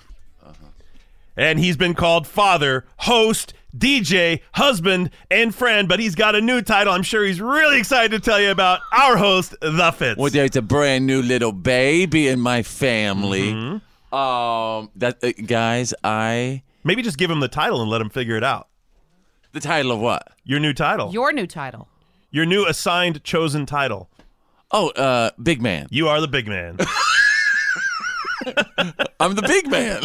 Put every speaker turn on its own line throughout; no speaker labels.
And he's been called father, host, DJ, husband, and friend. But he's got a new title. I'm sure he's really excited to tell you about our host, the Fitz.
Well, there's a brand new little baby in my family. Um, that uh, guys, I
Maybe just give him the title and let him figure it out.
the title of what?
Your new title.
Your new title.
Your new assigned, chosen title.
Oh, uh, big man.
You are the big man.
I'm the big man.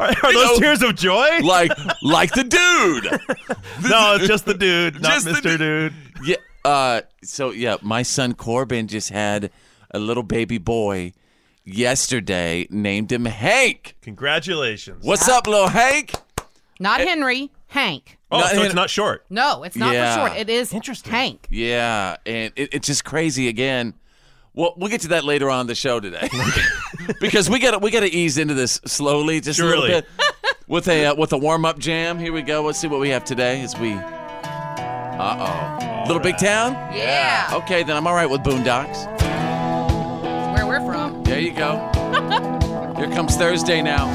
are are those tears of joy?
like like the dude.
no, it's just the dude, not
Just the
Mr.
du-
Dude.
Yeah. Uh, so yeah, my son Corbin just had a little baby boy yesterday. Named him Hank.
Congratulations.
What's up, little Hank?
Not Henry, Hank.
Oh,
Not
so it's
in-
not short.
No, it's not
Yeah.
for short. It is
Interesting.
Hank.
Yeah, and it, it's just crazy again. Well, we'll get to that later on in the show today, because we got to we got to ease into this slowly, just a
Surely.
little bit, with a uh, with a warm up jam. Here we go. Let's see what we have today as we. Uh oh, little big town.
Yeah.
Okay, then I'm all right with boondocks.
Where we're from.
There you go. Here comes Thursday now.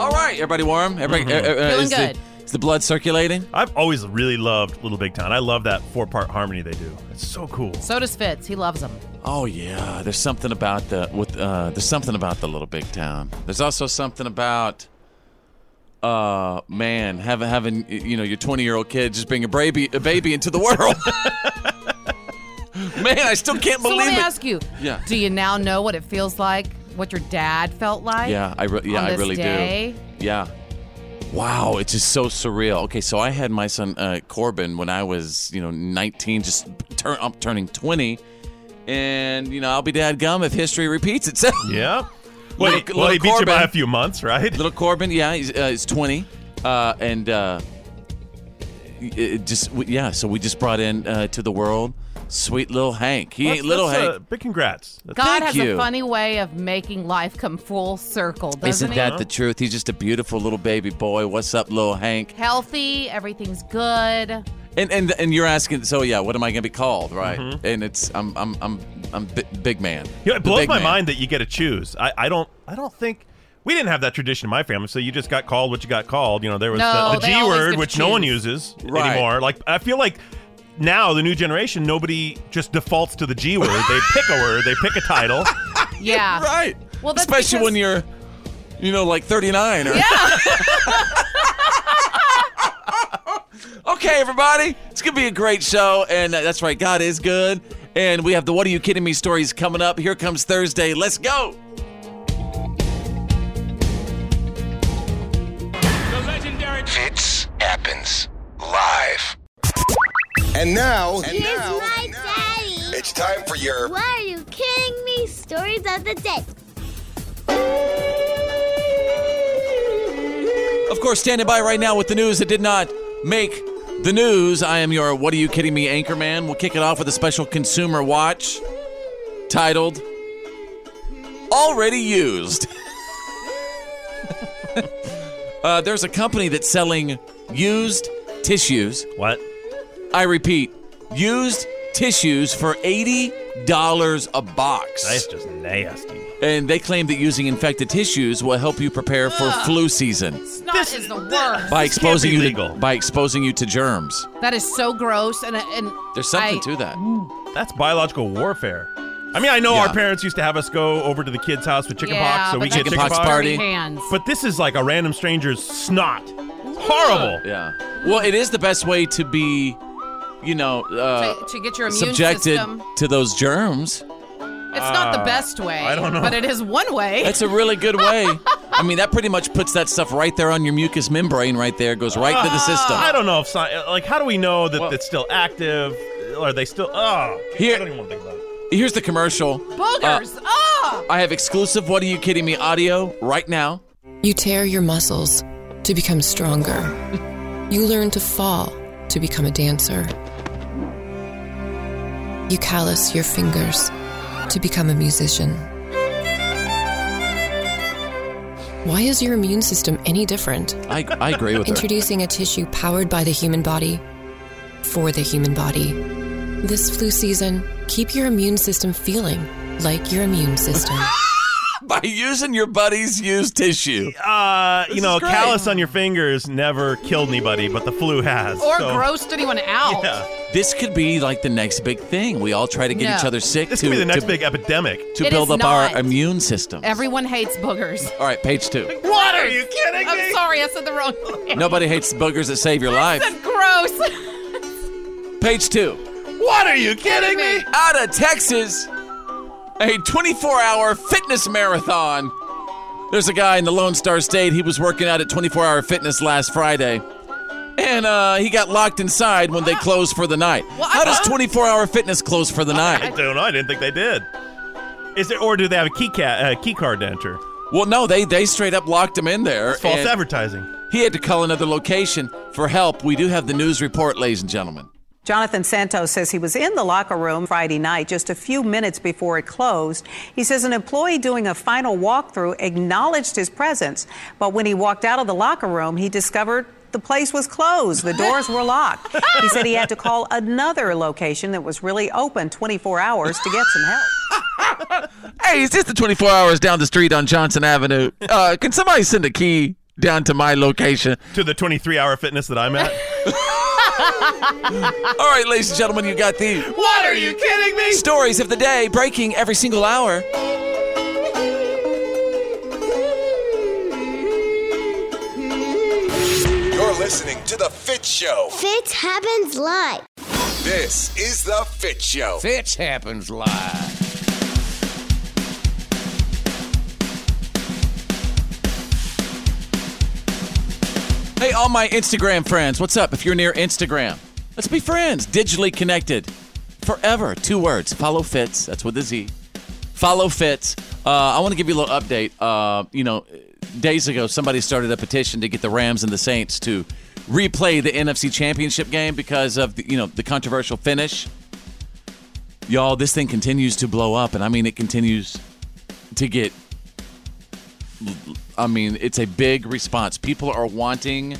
All right, everybody warm. Everybody uh, uh, uh,
Mm-hmm. Feeling
is
good.
The, is the blood circulating?
I've always really loved Little Big Town. I love that four part harmony they do. It's so cool.
So does Fitz. He loves them.
Oh yeah, there's something about the with uh, there's something about the little big town. There's also something about uh man having having you know your 20 year old kid just bring a baby a baby into the world. man, I still can't
So
believe
let me
it.
ask you.
Yeah.
Do you now know what it feels like? What your dad felt like?
Yeah, I re- yeah
on
I
this
really
day?
do. Yeah. Wow, it's just so surreal. Okay, so I had my son uh, Corbin when I was you know 19, just turn I'm turning 20, and you know I'll be dad gum if history repeats itself.
Yeah. Well, he,
Little-
well, he
little
beat you by
Corbin.
a few months, right?
Little Corbin, yeah, he's, uh, he's 20. Uh, and uh, it it just, we- yeah, so we just brought in uh, to the world sweet little Hank. He ain't little
That's, uh,
Hank.
big congrats. That's-
God
Thank
has a
you.
funny way of making life come full circle, doesn't
Isn't
he?
that the truth? He's just a beautiful little baby boy. What's up, little Hank?
Healthy, everything's good.
And and and you're asking, so yeah, what am I gonna be called, right? And it's I'm I'm I'm I'm bi- big man.
Mm-hmm. You know,
The
it blows
big
my
man.
mind that you get to choose. I, I don't. I don't think we didn't have that tradition in my family. So you just got called what you got called. You know, there was
No,
the, the
they
G
always get
word,
to
which no one
choose.
uses
Right.
anymore. Like I feel like now the new generation, nobody just defaults to the G word. they pick a word. They pick a title.
Yeah.
Right.
Well, that's
especially
because-
when you're, you know, like 39 or. Yeah. okay, everybody. It's going to be a great show. And uh, that's right, God is good. And we have the What Are You Kidding Me stories coming up. Here comes Thursday. Let's go.
Fits happens live.
And now, and
Here's
now
my daddy.
It's time for your
Why are you kidding me? Stories of the day.
Of course, standing by right now with the news that did not make the news. I am your What Are You Kidding Me anchorman. We'll kick it off with a special consumer watch titled Already Used. uh, there's a company that's selling used tissues.
What?
I repeat, used tissues for $80 a box.
That's just nasty.
And they claim that using infected tissues will help you prepare for flu season.
Snot is the worst.
by
This can't
exposing
be
you
legal.
to, by exposing you to germs.
That is so gross. And and
There's something
I-
to that.
That's biological warfare. I mean, I know
Yeah.
our parents used to have us go over to the kids' house with chickenpox,
Yeah,
so
but
we get
that's
Chickenpox
chickenpox.
dirty
party.
Hands.
But this is like a random stranger's snot. Horrible.
Yeah. Well, it is the best way to be, you know, uh,
to, to get your immune
subjected
system.
to those germs.
It's not the best way.
uh, I don't know.
But it is one way.
That's a really good way. I mean, that pretty much puts that stuff right there on your mucous membrane, right there, goes right to the
I
system.
don't know if sci- like how do we know that
Well-
it's still active? Are they still? Oh,
Here-
I don't even want to think about it.
Here's the commercial.
Boogers. Ah.
I have exclusive. What are you kidding me? Audio right now.
You tear your muscles to become stronger. you learn to fall to become a dancer. You callous your fingers to become a musician. Why is your immune system any different?
I, I agree with her.
Introducing a tissue powered by the human body for the human body. This flu season, keep your immune system feeling like your immune system.
By using your buddy's used tissue.
Uh, you know,
is great.
callus on your fingers never killed anybody, but the flu has.
Or
so-
grossed anyone out.
Yeah.
This could be like the next big thing. We all try to get
No.
each other sick
This
to,
could be the next
to,
big epidemic.
to
It
build
is
up our
not.
immune system.
Everyone hates boogers.
all right, page two.
What are you kidding me?
I'm sorry, I said the wrong thing.
Nobody hates boogers that save your life.
That's gross.
Page two.
What are you kidding me?
Out of Texas, a 24 hour fitness marathon. There's a guy in the Lone Star State. He was working out at 24 Hour Fitness last Friday. And uh, he got locked inside when they closed for the night.
Well, I
How does
thought-
24 Hour Fitness close for the
I
night?
don't know. I didn't think they did. Is it or do they have a key ca- uh, key card to enter?
Well, no, they they straight up locked him in there.
It's false
and
advertising.
He had to call another location for help. We do have the news report, ladies and gentlemen.
Jonathan Santos says he was in the locker room Friday night, just a few minutes before it closed. He says an employee doing a final walkthrough acknowledged his presence, but when he walked out of the locker room, he discovered the place was closed. The doors were locked. He said he had to call another location that was really open 24 hours to get some help.
Hey, is this the 24 hours down the street on Johnson Avenue? Uh, can somebody send a key down to my location?
To the 23 hour fitness that I'm at.
All right, ladies and gentlemen, you got the
what are you kidding me?
stories of the day breaking every single hour.
You're listening to the Fit Show.
Fits happens live.
This is the Fit Show.
Fitch happens live.
Hey, all my Instagram friends, what's up? If you're near Instagram, let's be friends, digitally connected forever. Two words follow Fitz, that's with a Z. Follow Fitz. Uh, I want to give you a little update. Uh, you know, days ago, somebody started a petition to get the Rams and the Saints to replay the NFC Championship game because of the, you know the controversial finish. Y'all, this thing continues to blow up, and I mean, it continues to get I mean, it's a big response. People are wanting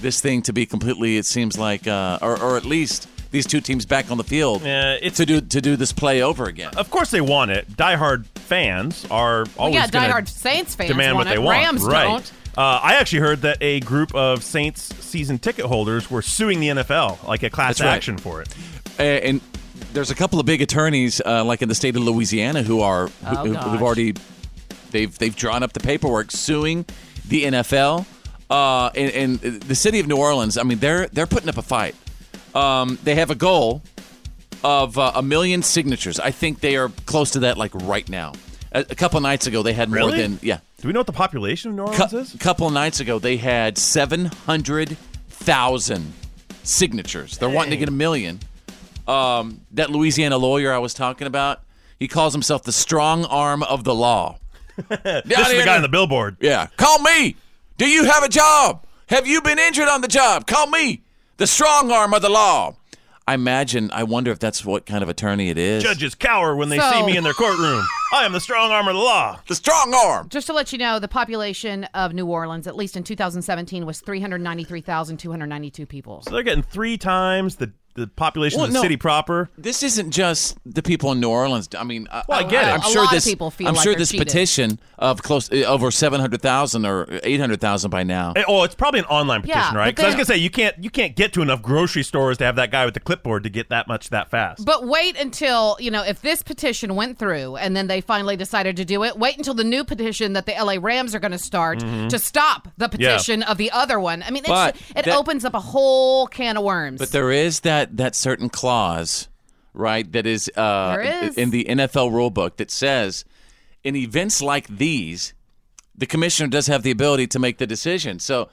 this thing to be completely. It seems like, uh, or, or at least these two teams back on the field
Yeah, it's-
to do to do this play over again.
Of course they want it. Diehard fans are always
yeah,
gonna
diehard Saints fans
demand
want
what they
it.
want.
Rams
right.
don't.
Uh, I actually heard that a group of Saints season ticket holders were suing the NFL, like a class
That's right.
action for it.
Uh, and there's a couple of big attorneys, uh, like in the state of Louisiana, who are who,
Oh,
who-
gosh.
who've already they've they've drawn up the paperwork suing the NFL uh, and, and the city of New Orleans. I mean, they're they're putting up a fight. Um, they have a goal of uh, a million signatures. I think they are close to that, like right now. A, a couple nights ago, they had more
Really?
than yeah.
Do we know what the population of New Orleans
Cou-
is?
couple nights ago, they had seven hundred thousand signatures. They're wanting to get a million. Um, that Louisiana lawyer I was talking about, he calls himself the strong arm of the law.
This is the guy on the billboard.
Yeah. Call me. Do you have a job? Have you been injured on the job? Call me. The strong arm of the law. I imagine, I wonder if that's what kind of attorney it is.
Judges cower when they
So-
see me in their courtroom. I am the strong arm of the law.
The strong arm.
Just to let you know, the population of New Orleans, at least in 2017, was 393,292 people.
So they're getting three times the, the population
Well,
of the
no.
city proper.
This isn't just the people in New Orleans. I mean,
Well, I get it.
I'm
A
sure
lot of
this.
people feel
I'm
like
sure
they're
this
cheated.
petition of close uh, over seven hundred thousand or eight hundred thousand by now.
Eh, Oh, it's probably an online petition,
Yeah,
right?
but
'Cause I was
they-
gonna say you can't you can't get to enough grocery stores to have that guy with the clipboard to get that much that fast.
But wait until, you know, if this petition went through and then they finally decided to do it, wait until the new petition that the LA Rams are going to start
Mm-hmm.
to stop the petition of the other one. I mean, it's,
But
it
that-
opens up a whole can of worms.
But there is that that certain clause, right? That is, uh,
There is.
in the NFL rulebook that says, in events like these, the commissioner does have the ability to make the decision. So,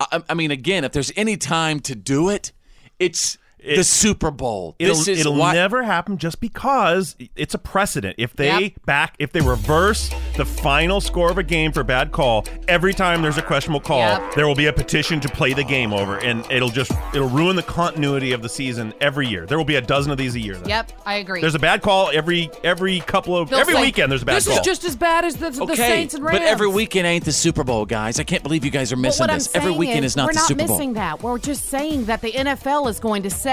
I, I mean, again, if there's any time to do it, it's the
It-
Super Bowl.
It'll,
this is
it'll
why.
never happen just because it's a precedent. If they
Yep.
back, if they reverse the final score of a game for bad call, every time there's a questionable call,
Yep.
there will be a petition to play the game over, and it'll just it'll ruin the continuity of the season every year. There will be a dozen of these a year. then.
yep, I agree.
There's a bad call every every couple of
They'll
every
say,
weekend. There's a bad
This
call.
is just as bad as the, the Saints and Rams.
But every weekend ain't the Super Bowl, guys. I can't believe you guys are
But
missing
what I'm
this. Every
saying
weekend is, not
we're
the
not
Super Bowl.
missing that. We're just saying that the NFL is going to say,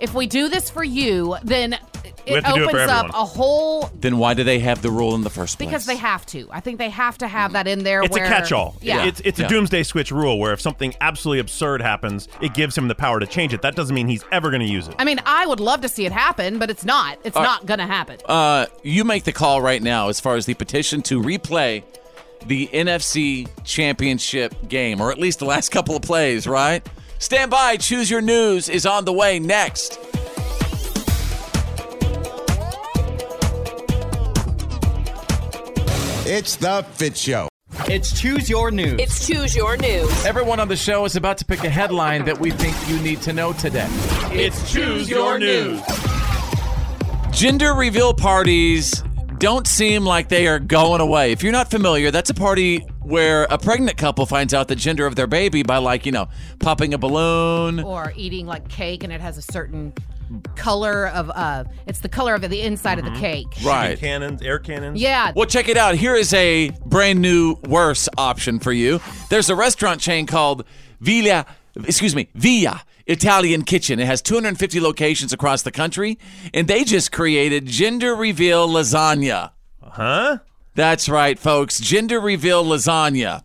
if we do this for you, then
We
it
have to do it
opens
for
up
everyone.
a whole
Then why do they have the rule in the first place?
because they have to. I think they have to have that in there.
It's
where-
a catch-all.
Yeah,
It's it's
Yeah.
a doomsday switch rule where if something absolutely absurd happens, it gives him the power to change it. That doesn't mean he's ever going to use it.
I mean, I would love to see it happen, but it's not. It's not gonna happen.
Uh, you make the call right now as far as the petition to replay the NFC Championship game, or at least the last couple of plays, right? Stand by. Choose your news is on the way next.
It's the Fit Show.
It's Choose Your News.
It's Choose Your News.
Everyone on the show is about to pick a headline that we think you need to know today.
It's choose your news.
Gender reveal parties don't seem like they are going away. If you're not familiar, that's a party where a pregnant couple finds out the gender of their baby by, like, you know, popping a balloon.
or eating like cake, and it has a certain color of. uh It's the color of the inside of
Mm-hmm.
the cake.
Right.
Cannons, air cannons.
Yeah.
Well, check it out. Here is a brand new worse option for you. There's a restaurant chain called Villa, excuse me, Villa Italian Kitchen. It has 250 locations across the country, and they just created gender reveal lasagna.
Huh?
That's right, folks. Gender reveal lasagna.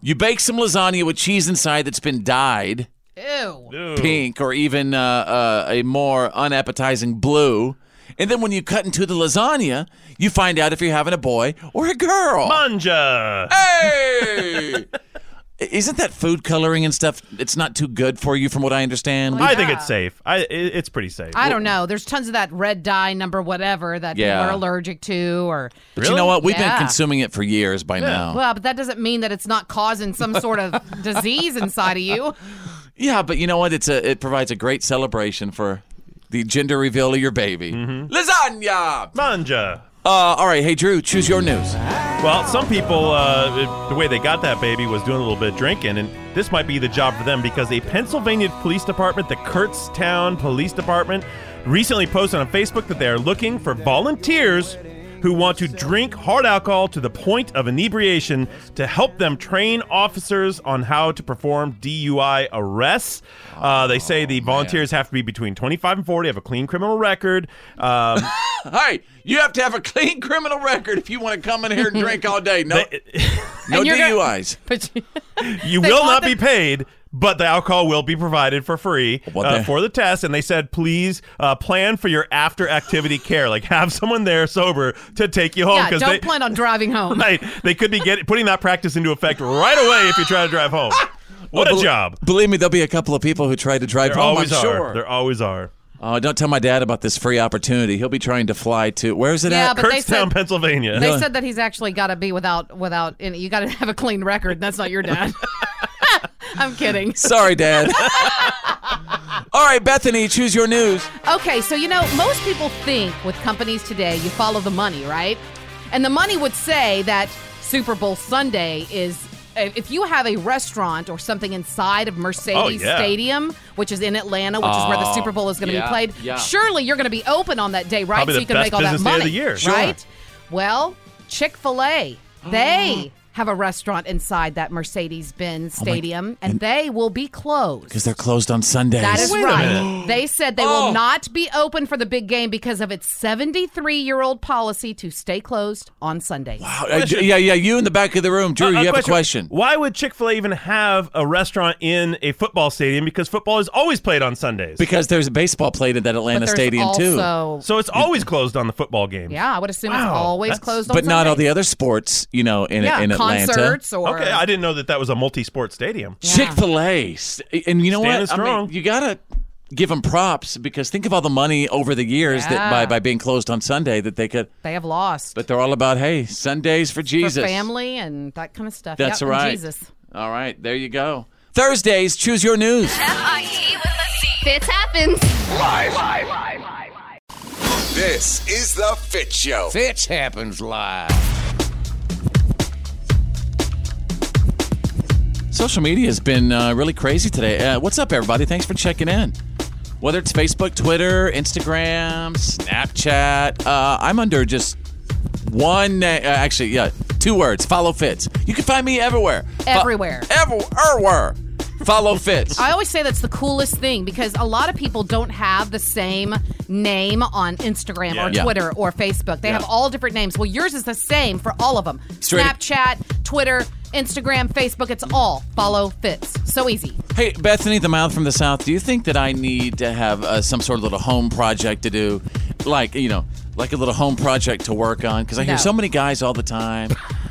You bake some lasagna with cheese inside that's been dyed
Ew.
pink or even uh, uh, a more unappetizing blue. And then when you cut into the lasagna, you find out if you're having a boy or a girl.
Manja.
Hey! Isn't that food coloring and stuff? It's not too good for you, from what I understand.
I think it's safe. I it, it's pretty safe.
I don't know. There's tons of that red dye number whatever that
Yeah.
people are allergic to, or
But you know what? We've
Yeah.
been consuming it for years by
Oh.
now.
well, but that doesn't mean that it's not causing some sort of disease inside of you.
yeah, but you know what? It's a it provides a great celebration for the gender reveal of your baby. Lasagna.
Manja.
Uh, all right, hey Drew, choose your news.
Well, some people, uh, the way they got that baby was doing a little bit of drinking, and this might be the job for them because a Pennsylvania police department, the Kurtztown Police Department, recently posted on Facebook that they are looking for volunteers who want to drink hard alcohol to the point of inebriation to help them train officers on how to perform DUI arrests. Uh, they say the volunteers have to be between 25 and 40, have a clean criminal record. Um,
Hey, you have to have a clean criminal record if you want to come in here and drink all day. No, no
And you're gonna-
DUIs.
But you-
You
They
will
want
not
the-
be paid, but the alcohol will be provided for free
What
uh,
the-
for the test. And they said, please uh, plan for your after activity care. Like have someone there sober to take you home
yeah, don't
Oh, they
plan on driving home.
right, they could be get, putting that practice into effect right away if you try to drive home. What a job.
Believe me, there'll be a couple of people who try to drive
There
home.
always
Oh, I'm
are.
sure.
There always are.
Oh, don't tell my dad about this free opportunity. He'll be trying to fly to where is it
Yeah,
at?
but they Kurztown, said-
Pennsylvania.
They said that he's actually got to be without without any. You got to have a clean record. That's not your dad. I'm kidding.
Sorry, Dad. All right, Bethany, choose your news.
Okay, so you know, most people think with companies today, you follow the money, right? And the money would say that Super Bowl Sunday is if you have a restaurant or something inside of Mercedes
Oh, yeah.
Stadium, which is in Atlanta, which is where the
Oh,
Super Bowl is going to
yeah,
be played,
yeah.
surely you're going to be open on that day, right?
Probably
so
the
you can
best
make all that
business day of
money,
the year. Sure.
right? Well, Chick Fil A, they have a restaurant inside that Mercedes Benz
Oh my-
Stadium, and, they will be closed.
Because they're closed on Sundays.
That is right. They said they
Oh.
will not be open for the big game because of its 73 year old policy to stay closed on Sundays.
Uh, yeah, yeah. You in the back of the room, Drew.
Uh, uh,
you have a question.
Why would Chick Fil A even have a restaurant in a football stadium? Because football is always played on Sundays.
Because there's a baseball played at that Atlanta Stadium too.
So it's always closed on the football game.
Yeah, I would assume it's
Wow,
always
that's-
closed on
But
Sundays.
not all the other sports, you know, in,
Yeah,
in Atlanta.
concerts or-
okay, I didn't know that that was a multi-sport stadium.
Chick Fil A, and you know
Standing
what? I mean,
strong.
you gotta give them props because think of all the money over the years that by
Yeah.
by being closed on Sunday that they could.
They have lost
But they're all about hey, Sundays for Jesus.
for family and that kind of stuff.
That's
Yep, and
right.
Jesus.
All right, there you go. Thursdays, choose your news.
F-I-E E with a C. Fits happens.
Live. Live.
This is the Fit Show.
Fits happens live.
Social media has been uh, really crazy today. Uh, what's up, everybody? Thanks for checking in. Whether it's Facebook, Twitter, Instagram, Snapchat, uh, I'm under just one, na- uh, actually, yeah, two words follow Fitz. You can find me everywhere.
Everywhere.
Everywhere. Follow Fitz.
I always say that's the coolest thing because a lot of people don't have the same name on Instagram
Yeah.
or
Yeah.
Twitter or Facebook. They
Yeah.
have all different names. Well, yours is the same for all of them
Straight-
Snapchat, Twitter, Instagram, Facebook. It's all follow fits. So easy.
Hey, Bethany, the mouth from the south. Do you think that I need to have uh, some sort of little home project to do, like you know, like a little home project to work on? Because I hear
No.
so many guys all the time.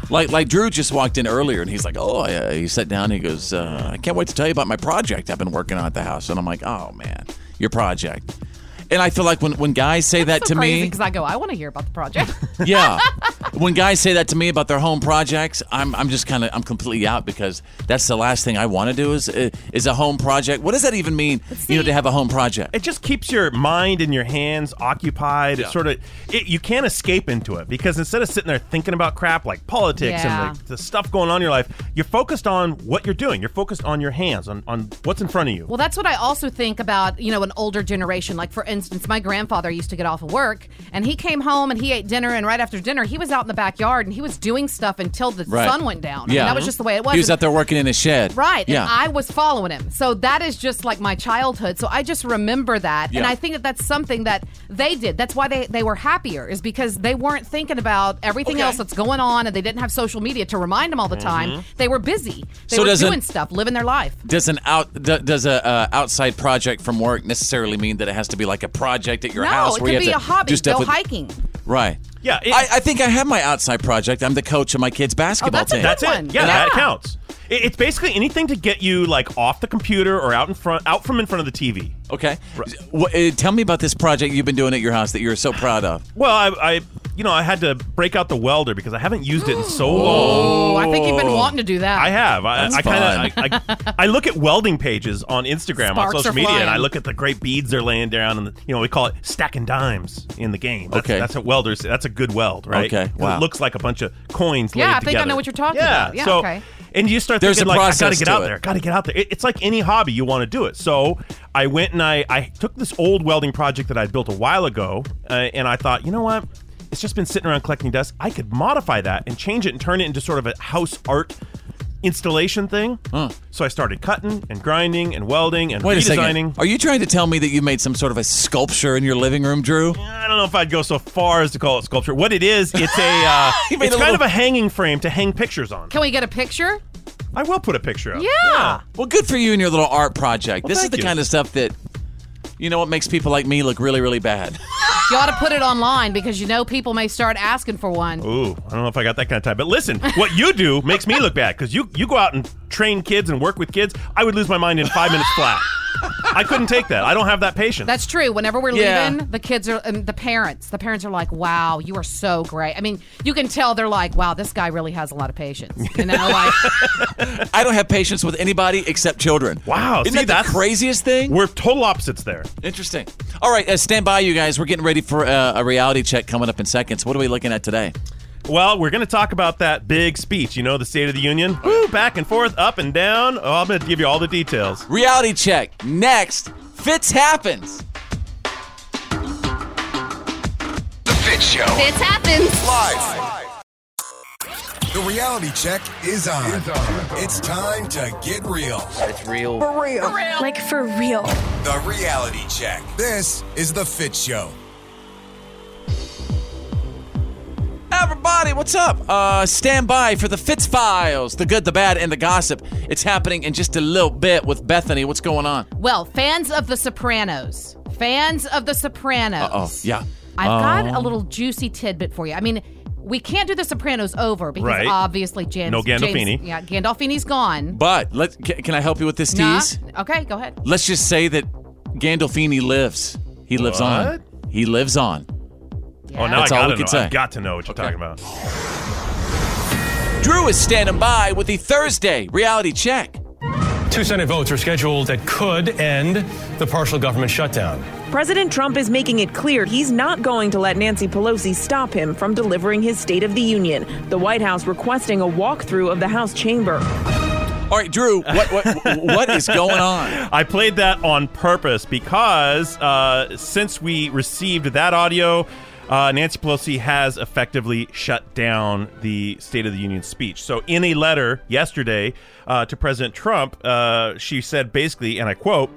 Like, like Drew just walked in earlier and he's like, oh, yeah. he sat down. And he goes, uh, I can't wait to tell you about my project I've been working on at the house. And I'm like, oh man, your project. And I feel like when, when guys say that to me,
because I go, I want to hear about the project.
yeah. When guys say that to me about their home projects, I'm I'm just kind of I'm completely out because that's the last thing I want to do is uh, is a home project. What does that even mean? you know, to have a home project.
It just keeps your mind and your hands occupied. It sort of it, you can't escape into it because instead of sitting there thinking about crap like politics
Yeah.
and like the stuff going on in your life, you're focused on what you're doing. You're focused on your hands, on on what's in front of you.
Well, that's what I also think about, you know, an older generation. Like, for instance, my grandfather used to get off of work and he came home and he ate dinner. And right after dinner, he was out in the backyard and he was doing stuff until the
Right.
sun went down. I mean,
Yeah,
that was just the way it was.
He was out there working in a shed.
Right.
Yeah.
And I was following him. So that is just like my childhood. So I just remember that. And
Yeah.
I think that that's something that they did. That's why they, they were happier, is because they weren't thinking about everything else that's going on and they didn't have social media to remind them all the
Mhm.
time. They were busy. They
So
were
doesn't-
doing stuff, living their life.
does an out d- does a uh, outside project from work necessarily mean that it has to be like a project at your
no,
house
it
where
could
you
be a
have to
hobby.
do stuff
Go
with-
hiking.
Right.
Yeah,
I, I think I have my outside project. I'm the coach of my kids'
Oh,
basketball
that's it.
team.
That's it. Yeah,
And
that
I-
counts. It, it's basically anything to get you like off the computer or out in front, out from in front of the TV.
Okay. What, uh, tell me about this project you've been doing at your house that you're so proud of.
Well, I, I, you know, I had to break out the welder because I haven't used it in so long.
Oh, I think you've been wanting to do that.
I have. I,
That's
I kind of. I, I, I look at welding pages on Instagram, on
Sparks
social
are
media, and I
flying.
look at the great beads they're laying down, and the, you know we call it stacking dimes in the game. That's,
Okay.
that's what welders. That's a good weld, right?
Okay,
'Cause
wow.
It looks like a bunch of coins.
Yeah,
laid
I think I
together.
know what you're talking
yeah,
about. Yeah,
So,
okay.
And you start
There's
thinking
a
like, I gotta
process
get
to
out
it.
there. Gotta get out there. It- it's like any hobby. You want to do it. So I went and I I took this old welding project that I built a while ago, uh, and I thought, you know what? It's just been sitting around collecting dust. I could modify that and change it and turn it into sort of a house art installation thing. So I started cutting and grinding and welding and
Wait a
redesigning.
second. Are you trying to tell me that you made some sort of a sculpture in your living room, Drew?
I don't know if I'd go so far as to call it sculpture. What it is, it's a uh,
You
it's
made a
kind
little-
of a hanging frame to hang pictures on.
Can we get a picture?
I will put a picture up.
Yeah.
Well, good for you and your little art project. this is
thank
the
you.
kind of stuff that, you know, what makes people like me look really, really bad.
You ought to put it online because you know people may start asking for one.
Ooh, I don't know if I got that kind of time. But listen, what you do makes me look bad because you you go out and train kids and work with kids, I would lose my mind in five minutes flat. I couldn't take that. I don't have that patience.
That's true. Whenever we're
Yeah.
leaving, the kids are, um, the parents, the parents are like, "Wow, you are so great." I mean, you can tell they're like, "Wow, this guy really has a lot of patience." You know, like
I don't have patience with anybody except children.
Wow,
Isn't
see,
that
that's-
the craziest thing?
We're total opposites there.
Interesting. All right, uh, stand by, you guys. We're getting ready for uh, a reality check coming up in seconds. What are we looking at today?
Well, we're going to talk about that big speech, you know, the State of the Union. Woo, back and forth, up and down. Oh, I'm going to give you all the details.
Reality check next. Fitz happens.
The Fit Show.
Fitz happens.
Live. The reality check is on. It's, time to get real. It's real.
For real. Like for real.
The reality check. This is The Fit Show.
Everybody, what's up? Uh, stand by for the Fitz Files the good, the bad, and the gossip. It's happening in just a little bit with Bethany. What's going on?
well, fans of The Sopranos, fans of The Sopranos.
Uh oh. Yeah.
I've got a
Um,
little juicy tidbit for you. I mean, we can't do The Sopranos over because
Right.
obviously James.
No
James-
Gandolfini.
yeah, Gandolfini's gone.
But let can, can I help you with this
Nah.
tease?
Okay, go ahead.
Let's just say that Gandolfini lives. He lives
What?
on. He lives on.
Oh, now
That's
I
all
got
we can
to know.
say.
I got to know what you're talking about.
Drew is standing by with the Thursday reality check.
Two Senate votes are scheduled that could end the partial government shutdown.
President Trump is making it clear he's not going to let Nancy Pelosi stop him from delivering his State of the Union, the White House requesting a walkthrough of the House chamber.
All right, Drew, what what what is going on?
I played that on purpose because uh, since we received that audio, uh, Nancy Pelosi has effectively shut down the State of the Union speech. So, in a letter yesterday uh, to President Trump, uh, she said basically, and I quote,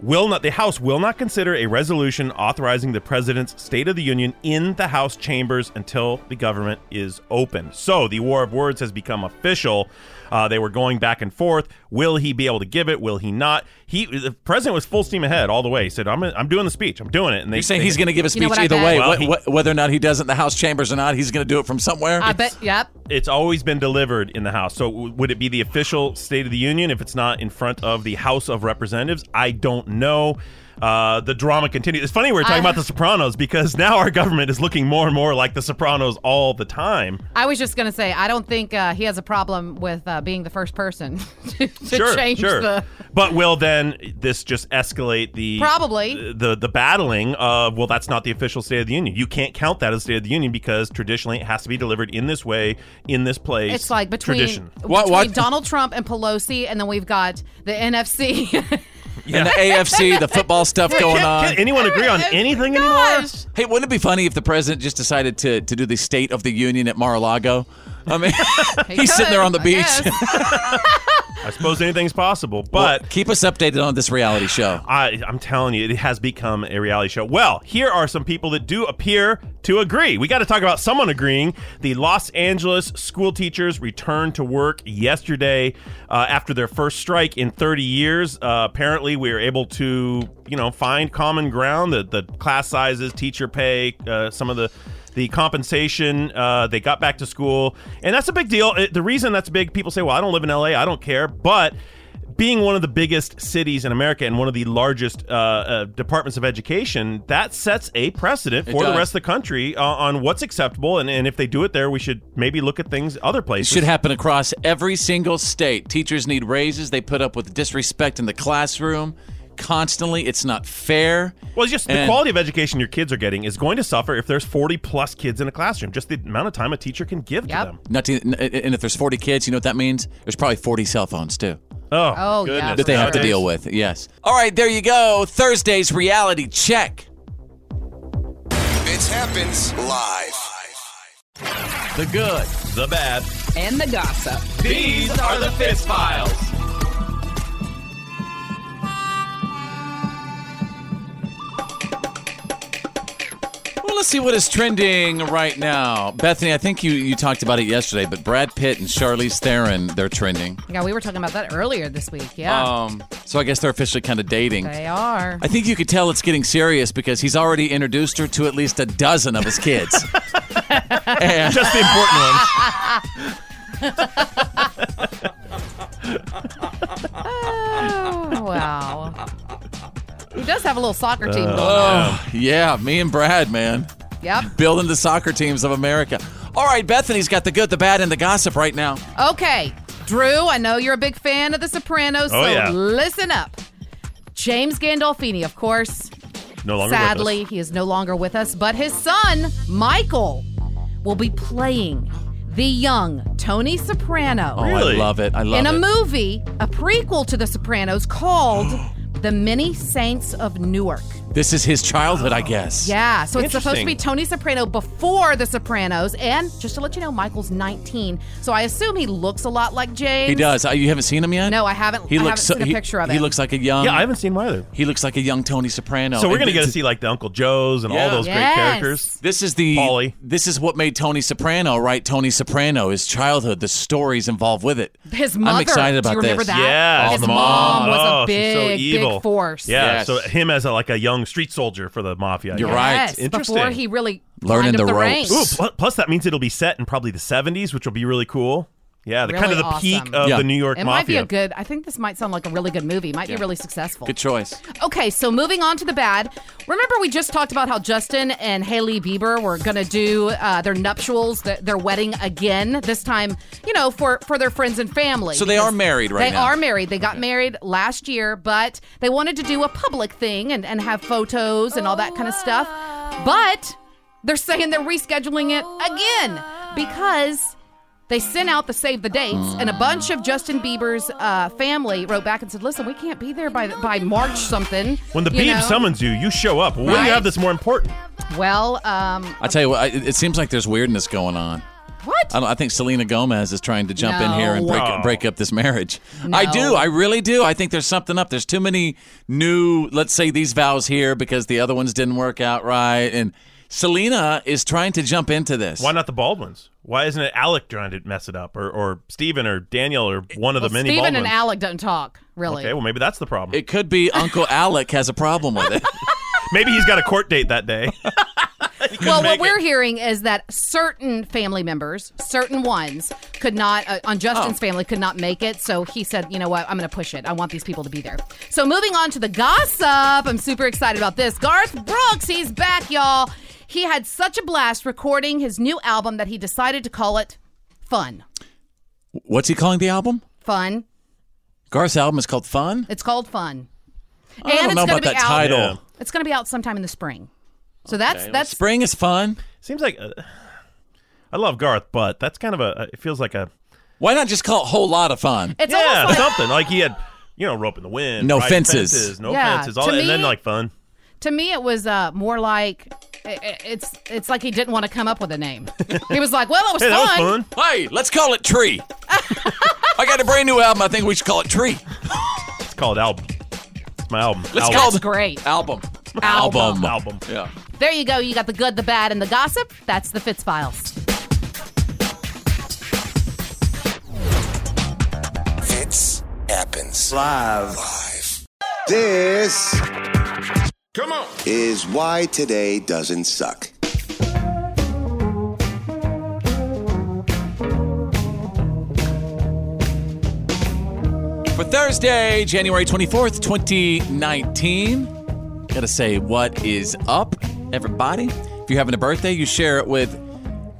Will not the House will not consider a resolution authorizing the president's State of the Union in the House chambers until the government is open. So the war of words has become official. Uh, they were going back and forth. Will he be able to give it? Will he not? He the president was full steam ahead all the way. He said, "I'm I'm doing the speech. I'm doing it." And they
You're saying
they-
he's going to give a speech either way,
Well,
wh-
he-
wh- whether or not he does it in the House chambers or not. He's going to do it from somewhere.
I bet. Yep.
it's always been delivered in the House. So w- would it be the official State of the Union if it's not in front of the House of Representatives? I don't know. Uh, the drama continues. It's funny we're talking
I-
about The Sopranos because now our government is looking more and more like The Sopranos all the time.
I was just gonna say, I don't think uh, he has a problem with uh, being the first person to, to
sure,
change
sure.
the.
But will then this just escalate the
Probably.
the the battling of well, that's not the official State of the Union. You can't count that as State of the Union because traditionally it has to be delivered in this way, in this place.
It's like between,
tradition.
between Donald Trump and Pelosi, and then we've got the NFC.
And the AFC, the football stuff
Yeah,
going
can't-
on.
can't anyone agree
Oh,
on anything anymore?
Hey, wouldn't it be funny if the president just decided to, to do the State of the Union at Mar-a-Lago? I mean,
He
he's sitting there
could,
on the
I
beach.
guess.
I suppose anything's possible, but
keep us updated on this reality show.
I, I'm telling you, it has become a reality show. Well, here are some people that do appear to agree. We got to talk about someone agreeing. The Los Angeles school teachers returned to work yesterday uh, after their first strike in 30 years. Uh, apparently, we were able to, you know, find common ground. The, the class sizes, teacher pay, uh, some of the the compensation. Uh, they got back to school, and that's a big deal. It- the reason that's big, people say, "Well, I don't live in LA, I don't care," but being one of the biggest cities in America and one of the largest uh, uh, departments of education, that sets a precedent
It
for the
does.
rest of the country uh, on what's acceptable. And, and if they do it there, we should maybe look at things other
It
places.
should happen across every single state. Teachers need raises. They put up with disrespect in the classroom constantly. It's not fair.
Well, it's just the
And-
quality of education your kids are getting is going to suffer if there's 40 plus kids in a classroom. Just the amount of time a teacher can give to them.
Not to, and if there's 40 kids, you know what that means? There's probably 40 cell phones too.
Oh,
Oh, yeah.
That they have to
Nowadays.
deal with. Yes. All right, there you go. Thursday's reality check.
Fitz happens live.
The good,
the bad,
and the gossip.
These are the Fitz
Files.
Well, let's see what is trending right now. Bethany, I think you, you talked about it yesterday, but Brad Pitt and Charlize Theron, they're trending.
Yeah, we were talking about that earlier this week. Yeah,
Um, so I guess they're officially kind of dating.
they are.
I think you could tell it's getting serious because he's already introduced her to at least a dozen of his kids.
Just the important ones.
Oh, have a little soccer team going on.
Oh, yeah, me and Brad, man.
Yep.
Building the soccer teams of America. All right, Bethany's got the good, the bad, and the gossip right now.
Okay, Drew, I know you're a big fan of The Sopranos,
Oh,
so
yeah.
listen up. James Gandolfini, of course.
No longer with us.
Sadly, he is no longer with us, but his son, Michael, will be playing the young Tony Soprano.
Oh, I love it. I love
in
it.
a movie, a prequel to The Sopranos called The Many Saints of Newark.
This is his childhood, I guess.
Yeah, so it's supposed to
Interesting.
be Tony Soprano before The Sopranos, and just to let you know, Michael's 19, so I assume he looks a lot like James.
He does. Uh, You haven't seen him yet?
No, I haven't.
He
I
looks so,
haven't seen a
he-
picture of
He
him.
looks like a young.
Yeah, I haven't seen him either.
He looks like a young Tony Soprano.
So we're
And
gonna get to
it's-
see like the Uncle Joes and all
Yeah.
those
Yes.
great characters.
This is the This is what made Tony Soprano, right? Tony Soprano, his childhood, the stories involved with it.
His mother.
I'm excited about
Do you remember
this.
that? His mom was a
Oh, she's so
big,
evil.
big force.
Yeah, so him as a, like a young street soldier for the mafia.
You're
yeah.
Yes,
Interesting.
Before he really
Learning
climbed up
the
ranks.
Ooh, pl- plus that means it'll be set in probably the 70s, which will be really cool. Yeah, the kind of
Really
the peak
awesome.
of the New York
it might be
mafia.
a good. I think this might sound like a really good movie. Might
Yeah.
be really successful.
Good choice.
Okay, so moving on to the bad. Remember, we just talked about how Justin and Haley Bieber were going to do uh, their nuptials, th- their wedding again. This time, you know, for for their friends and family.
So they are
because
married right
they
now.
are married. They got married last year, but they wanted to do a public thing and and have photos and all that kind of stuff. But they're saying they're rescheduling it again because. They sent out the save the dates, and a bunch of Justin Bieber's uh, family wrote back and said, "Listen, we can't be there by by March something."
when the
you
beeb
know?
summons you, you show up. When do you
Right.
have this more important?
Well, um,
I tell you what, I, it it seems like there's weirdness going on.
What?
Uh,
I, don't, I think Selena Gomez is trying to jump in here and break,
No.
break up this marriage. I do.
No.
I really do. I think there's something up. There's too many new, let's say these vows here because the other ones didn't work out right. And Selena is trying to jump into this.
Why not the Baldwins? Why isn't it Alec trying to mess it up, or or Steven or Daniel or one of the many
Stephen
Baldwins?
and Alec don't talk really.
Okay, well maybe that's the problem.
It could be Uncle Alec has a problem with it.
maybe he's got a court date that day.
well, what
make
we're hearing is that certain family members, certain ones, could not, uh, on Justin's
Oh.
family, could not make it. So he said, you know what? I'm going to push it. I want these people to be there. So moving on to the gossip. I'm super excited about this. Garth Brooks, he's back, y'all. He had such a blast recording his new album that he decided to call it Fun.
What's he calling the album?
Fun.
Garth's album is called Fun.
It's called Fun.
I don't know
gonna
about that title. Yeah.
It's going to be out sometime in the spring. So that's
Okay, well,
that's
Spring is fun.
Seems like uh, I love Garth, but that's kind of a. It feels like a.
Why not just call it whole lot of fun?
It's
yeah,
almost like-
something like he had, you know, rope in the wind,
No
riding
fences.
no
Yeah,
fences, all
to
that, and then
me-
like fun.
To me, it was uh, more like i- i- it's it's like he didn't want to come up with a name. he was like, "Well, it was, fun.
Hey, let's call it Tree. I got a brand new album. I think we should call it Tree.
It's called album. It's my album.
Let's
album.
call
That's great.
Album.
Album.
Album.
Yeah.
There you go. You got the good, the bad, and the gossip. That's the Fitz Files.
Fits happens live. Live. This. Come on.
Is why today doesn't suck.
For Thursday, January 24th, 2019. Gotta say, what is up, everybody? If you're having a birthday, you share it with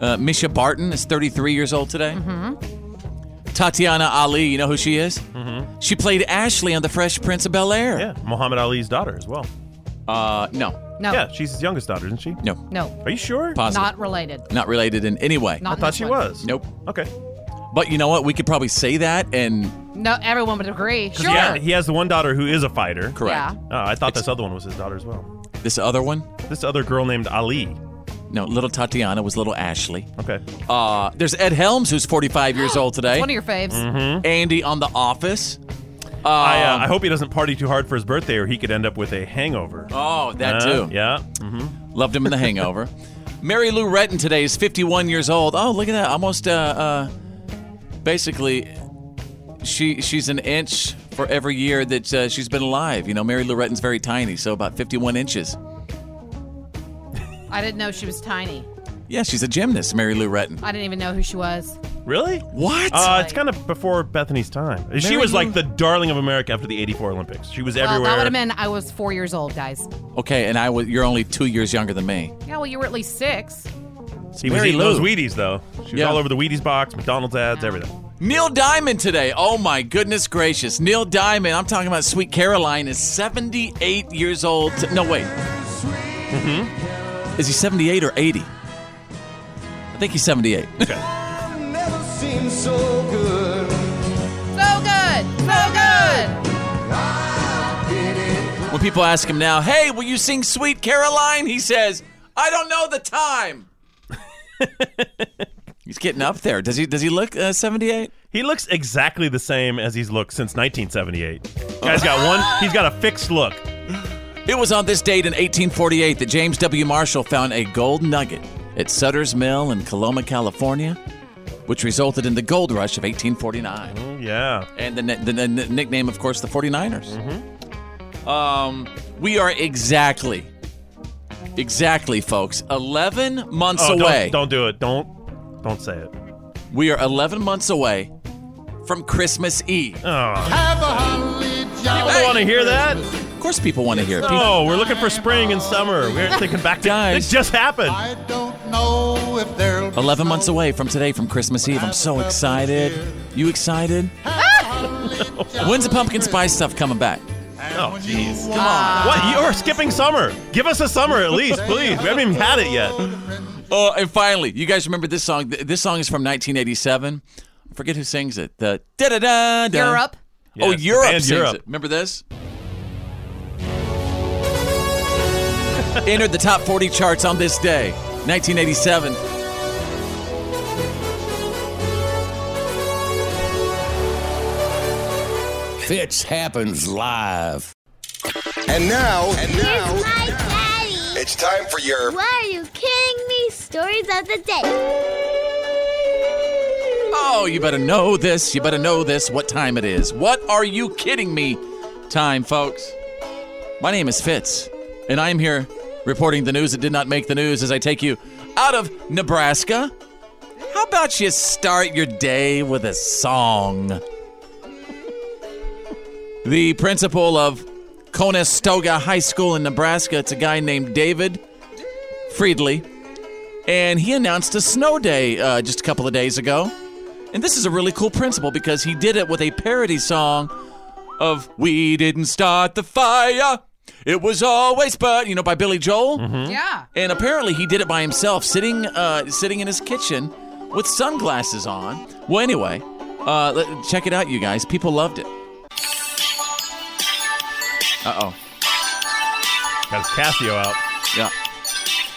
uh, Misha Barton, is 33 years old today. Tatiana Ali, you know who she is? Mm-hmm. She played Ashley on The Fresh Prince of Bel Air.
Yeah, Muhammad Ali's daughter as well.
Uh, no.
No.
Yeah, she's his youngest daughter, isn't she?
No.
No,
Are you sure?
Positive.
not related.
Not related in any way.
Not I in thought this she one. was.
Nope.
Okay.
But you know what? We could probably say that and
No, everyone would agree. Sure.
Yeah, he has the one daughter who is a fighter.
Correct.
Yeah.
Oh, I thought this other one was his daughter as well.
this other one.
This other girl named Ali.
No, little Tatiana was little Ashley.
Okay.
Uh, there's Ed Helms, who's 45 years old today.
It's one of your faves.
Andy on The Office. Uh,
I, uh, I hope he doesn't party too hard for his birthday, or he could end up with a hangover.
Oh, that
Uh,
too.
Yeah. Mm-hmm.
Loved him in The Hangover. Mary Lou Retton today is 51 years old. Oh, look at that. Almost, uh, uh, basically, she she's an inch for every year that uh, she's been alive. You know, Mary Lou Retton's very tiny, so about 51 inches.
I didn't know she was tiny.
Yeah, she's a gymnast, Mary Lou Retton.
I didn't even know who she was. Uh,
Really?
What?
Uh, it's kind of before Bethany's time. she
Mary
was
Lou-
like the darling of America after the '84 Olympics. She was everywhere.
Well, that would have been I was four years old, guys.
Okay, and I was you're only two years younger than me.
Yeah, well, you were at least six.
He was
Mary
eating
Lou.
those Wheaties though. She was
Yeah.
all over the Wheaties box, McDonald's ads, everything.
Neil Diamond today. Oh my goodness gracious. Neil Diamond, I'm talking about Sweet Caroline, is 78 years old. t- no, wait. Mm-hmm. Is he 78 or 80? I think he's 78.
Never seemed so good.
So good, so good.
when people ask him now, hey, will you sing Sweet Caroline? He says, I don't know the time. he's getting up there. Does he does he look uh, 78?
He looks exactly the same as he's looked since 1978.
Oh.
Guy's got one. He's got a fixed look.
It was on this date in 1848 that James W. Marshall found a gold nugget at Sutter's Mill in Coloma, California, which resulted in the gold rush of 1849.
yeah.
And the, ni- the, the nickname, of course, the 49ers.
Mm-hmm.
Um, we are exactly, exactly, folks, 11 months
Oh, don't-
away.
Don't, do it. Don't, don't say it.
We are 11 months away from Christmas Eve.
Oh,
Have a holly jolly.
People want to hear that?
Of course, people want to hear it.
No, we're looking for spring and summer. We're thinking back to
Guys.
it just happened.
I don't know if there'll be
11 months away from today, from Christmas Eve. I'm so excited. You excited? When's the pumpkin spice stuff coming back?
Oh, jeez. Come on. What? You're skipping summer. Give us a summer at least, please. We haven't even had it yet.
Oh, and finally, you guys remember this song? Th- This song is from 1987. I forget who sings it. The da da da da.
Europe.
oh,
Yes, the
Europe
band
sings
Europe.
it. Remember this? Entered the top 40 charts on this day, 1987.
Fitz happens live.
And now, and now,
My daddy.
it's time for your
Why are you kidding me? Stories of the day.
Oh, you better know this. You better know this. What time it is? What are you kidding me? Time, folks. My name is Fitz, and I am here reporting the news that did not make the news as I take you out of Nebraska. How about you start your day with a song? The principal of Conestoga High School in Nebraska, it's a guy named David Friedley, and he announced a snow day uh, just a couple of days ago. And this is a really cool principle because he did it with a parody song of We Didn't Start the Fire. It was always but, you know, by Billy Joel.
Yeah.
And apparently he did it by himself, sitting uh, sitting in his kitchen with sunglasses on. Well, anyway, uh, let- check it out, you guys. People loved it. Uh oh.
Got his Casio out.
Yeah.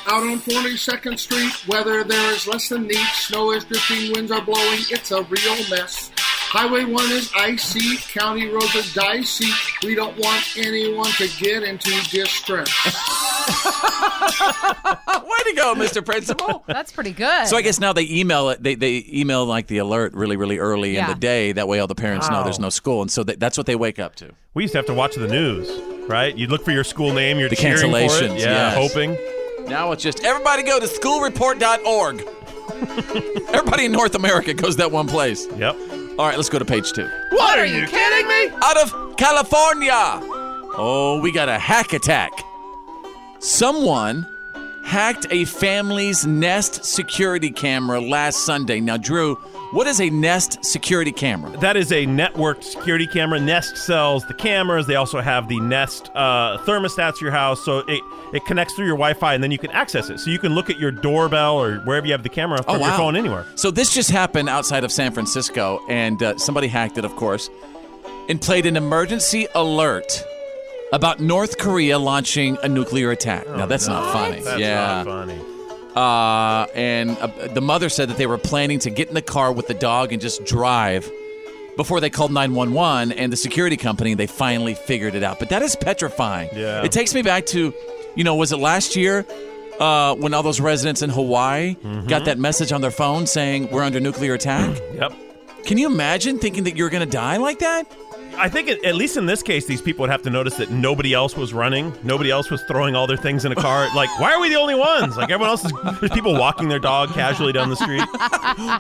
Out on 42nd Street, weather there is less than neat. Snow is drifting, winds are blowing, it's a real mess. Highway 1 is icy, county roads are dicey. We don't want anyone to get into distress.
Way to go, Mr. Principal.
Oh, That's pretty good.
So I guess now they email it. They, they email like the alert really, really early in
Yeah.
the day. That way all the parents know
Wow.
there's no school. And so that that's what they wake up to.
We used to have to watch the news, right? You'd look for your school name, you're
The
cheering for it.
cancellations, yes.
Yeah, hoping.
Now it's just everybody go to schoolreport.org. everybody in North America goes that one place.
Yep.
All right, let's go to page two.
What are you
kidding me?
Out of California. Oh, we got a hack attack. Someone hacked a family's Nest security camera last Sunday. Now, Drew, what is a Nest security camera?
That is a networked security camera. Nest sells the cameras. They also have the Nest uh, thermostats to your house, so it it connects through your Wi-Fi, and then you can access it. So you can look at your doorbell or wherever you have the camera
Oh,
from your phone anywhere.
So this just happened outside of San Francisco, and uh, somebody hacked it, of course, and played an emergency alert about North Korea launching a nuclear attack. now that's not funny.
Oh, That's
yeah.
not funny.
Uh, and uh, the mother said that they were planning to get in the car with the dog and just drive before they called 911 and the security company. They finally figured it out. But that is petrifying.
Yeah.
It takes me back to, you know, was it last year uh, when all those residents in Hawaii got that message on their phone saying, we're under nuclear attack?
Yep.
Uh-uh.
Can you imagine thinking that you're going to die like that?
I think at at least in this case, these people would have to notice that nobody else was running. Nobody else was throwing all their things in a cart. Like, why are we the only ones? Like, everyone else is. There's people walking their dog casually down the street.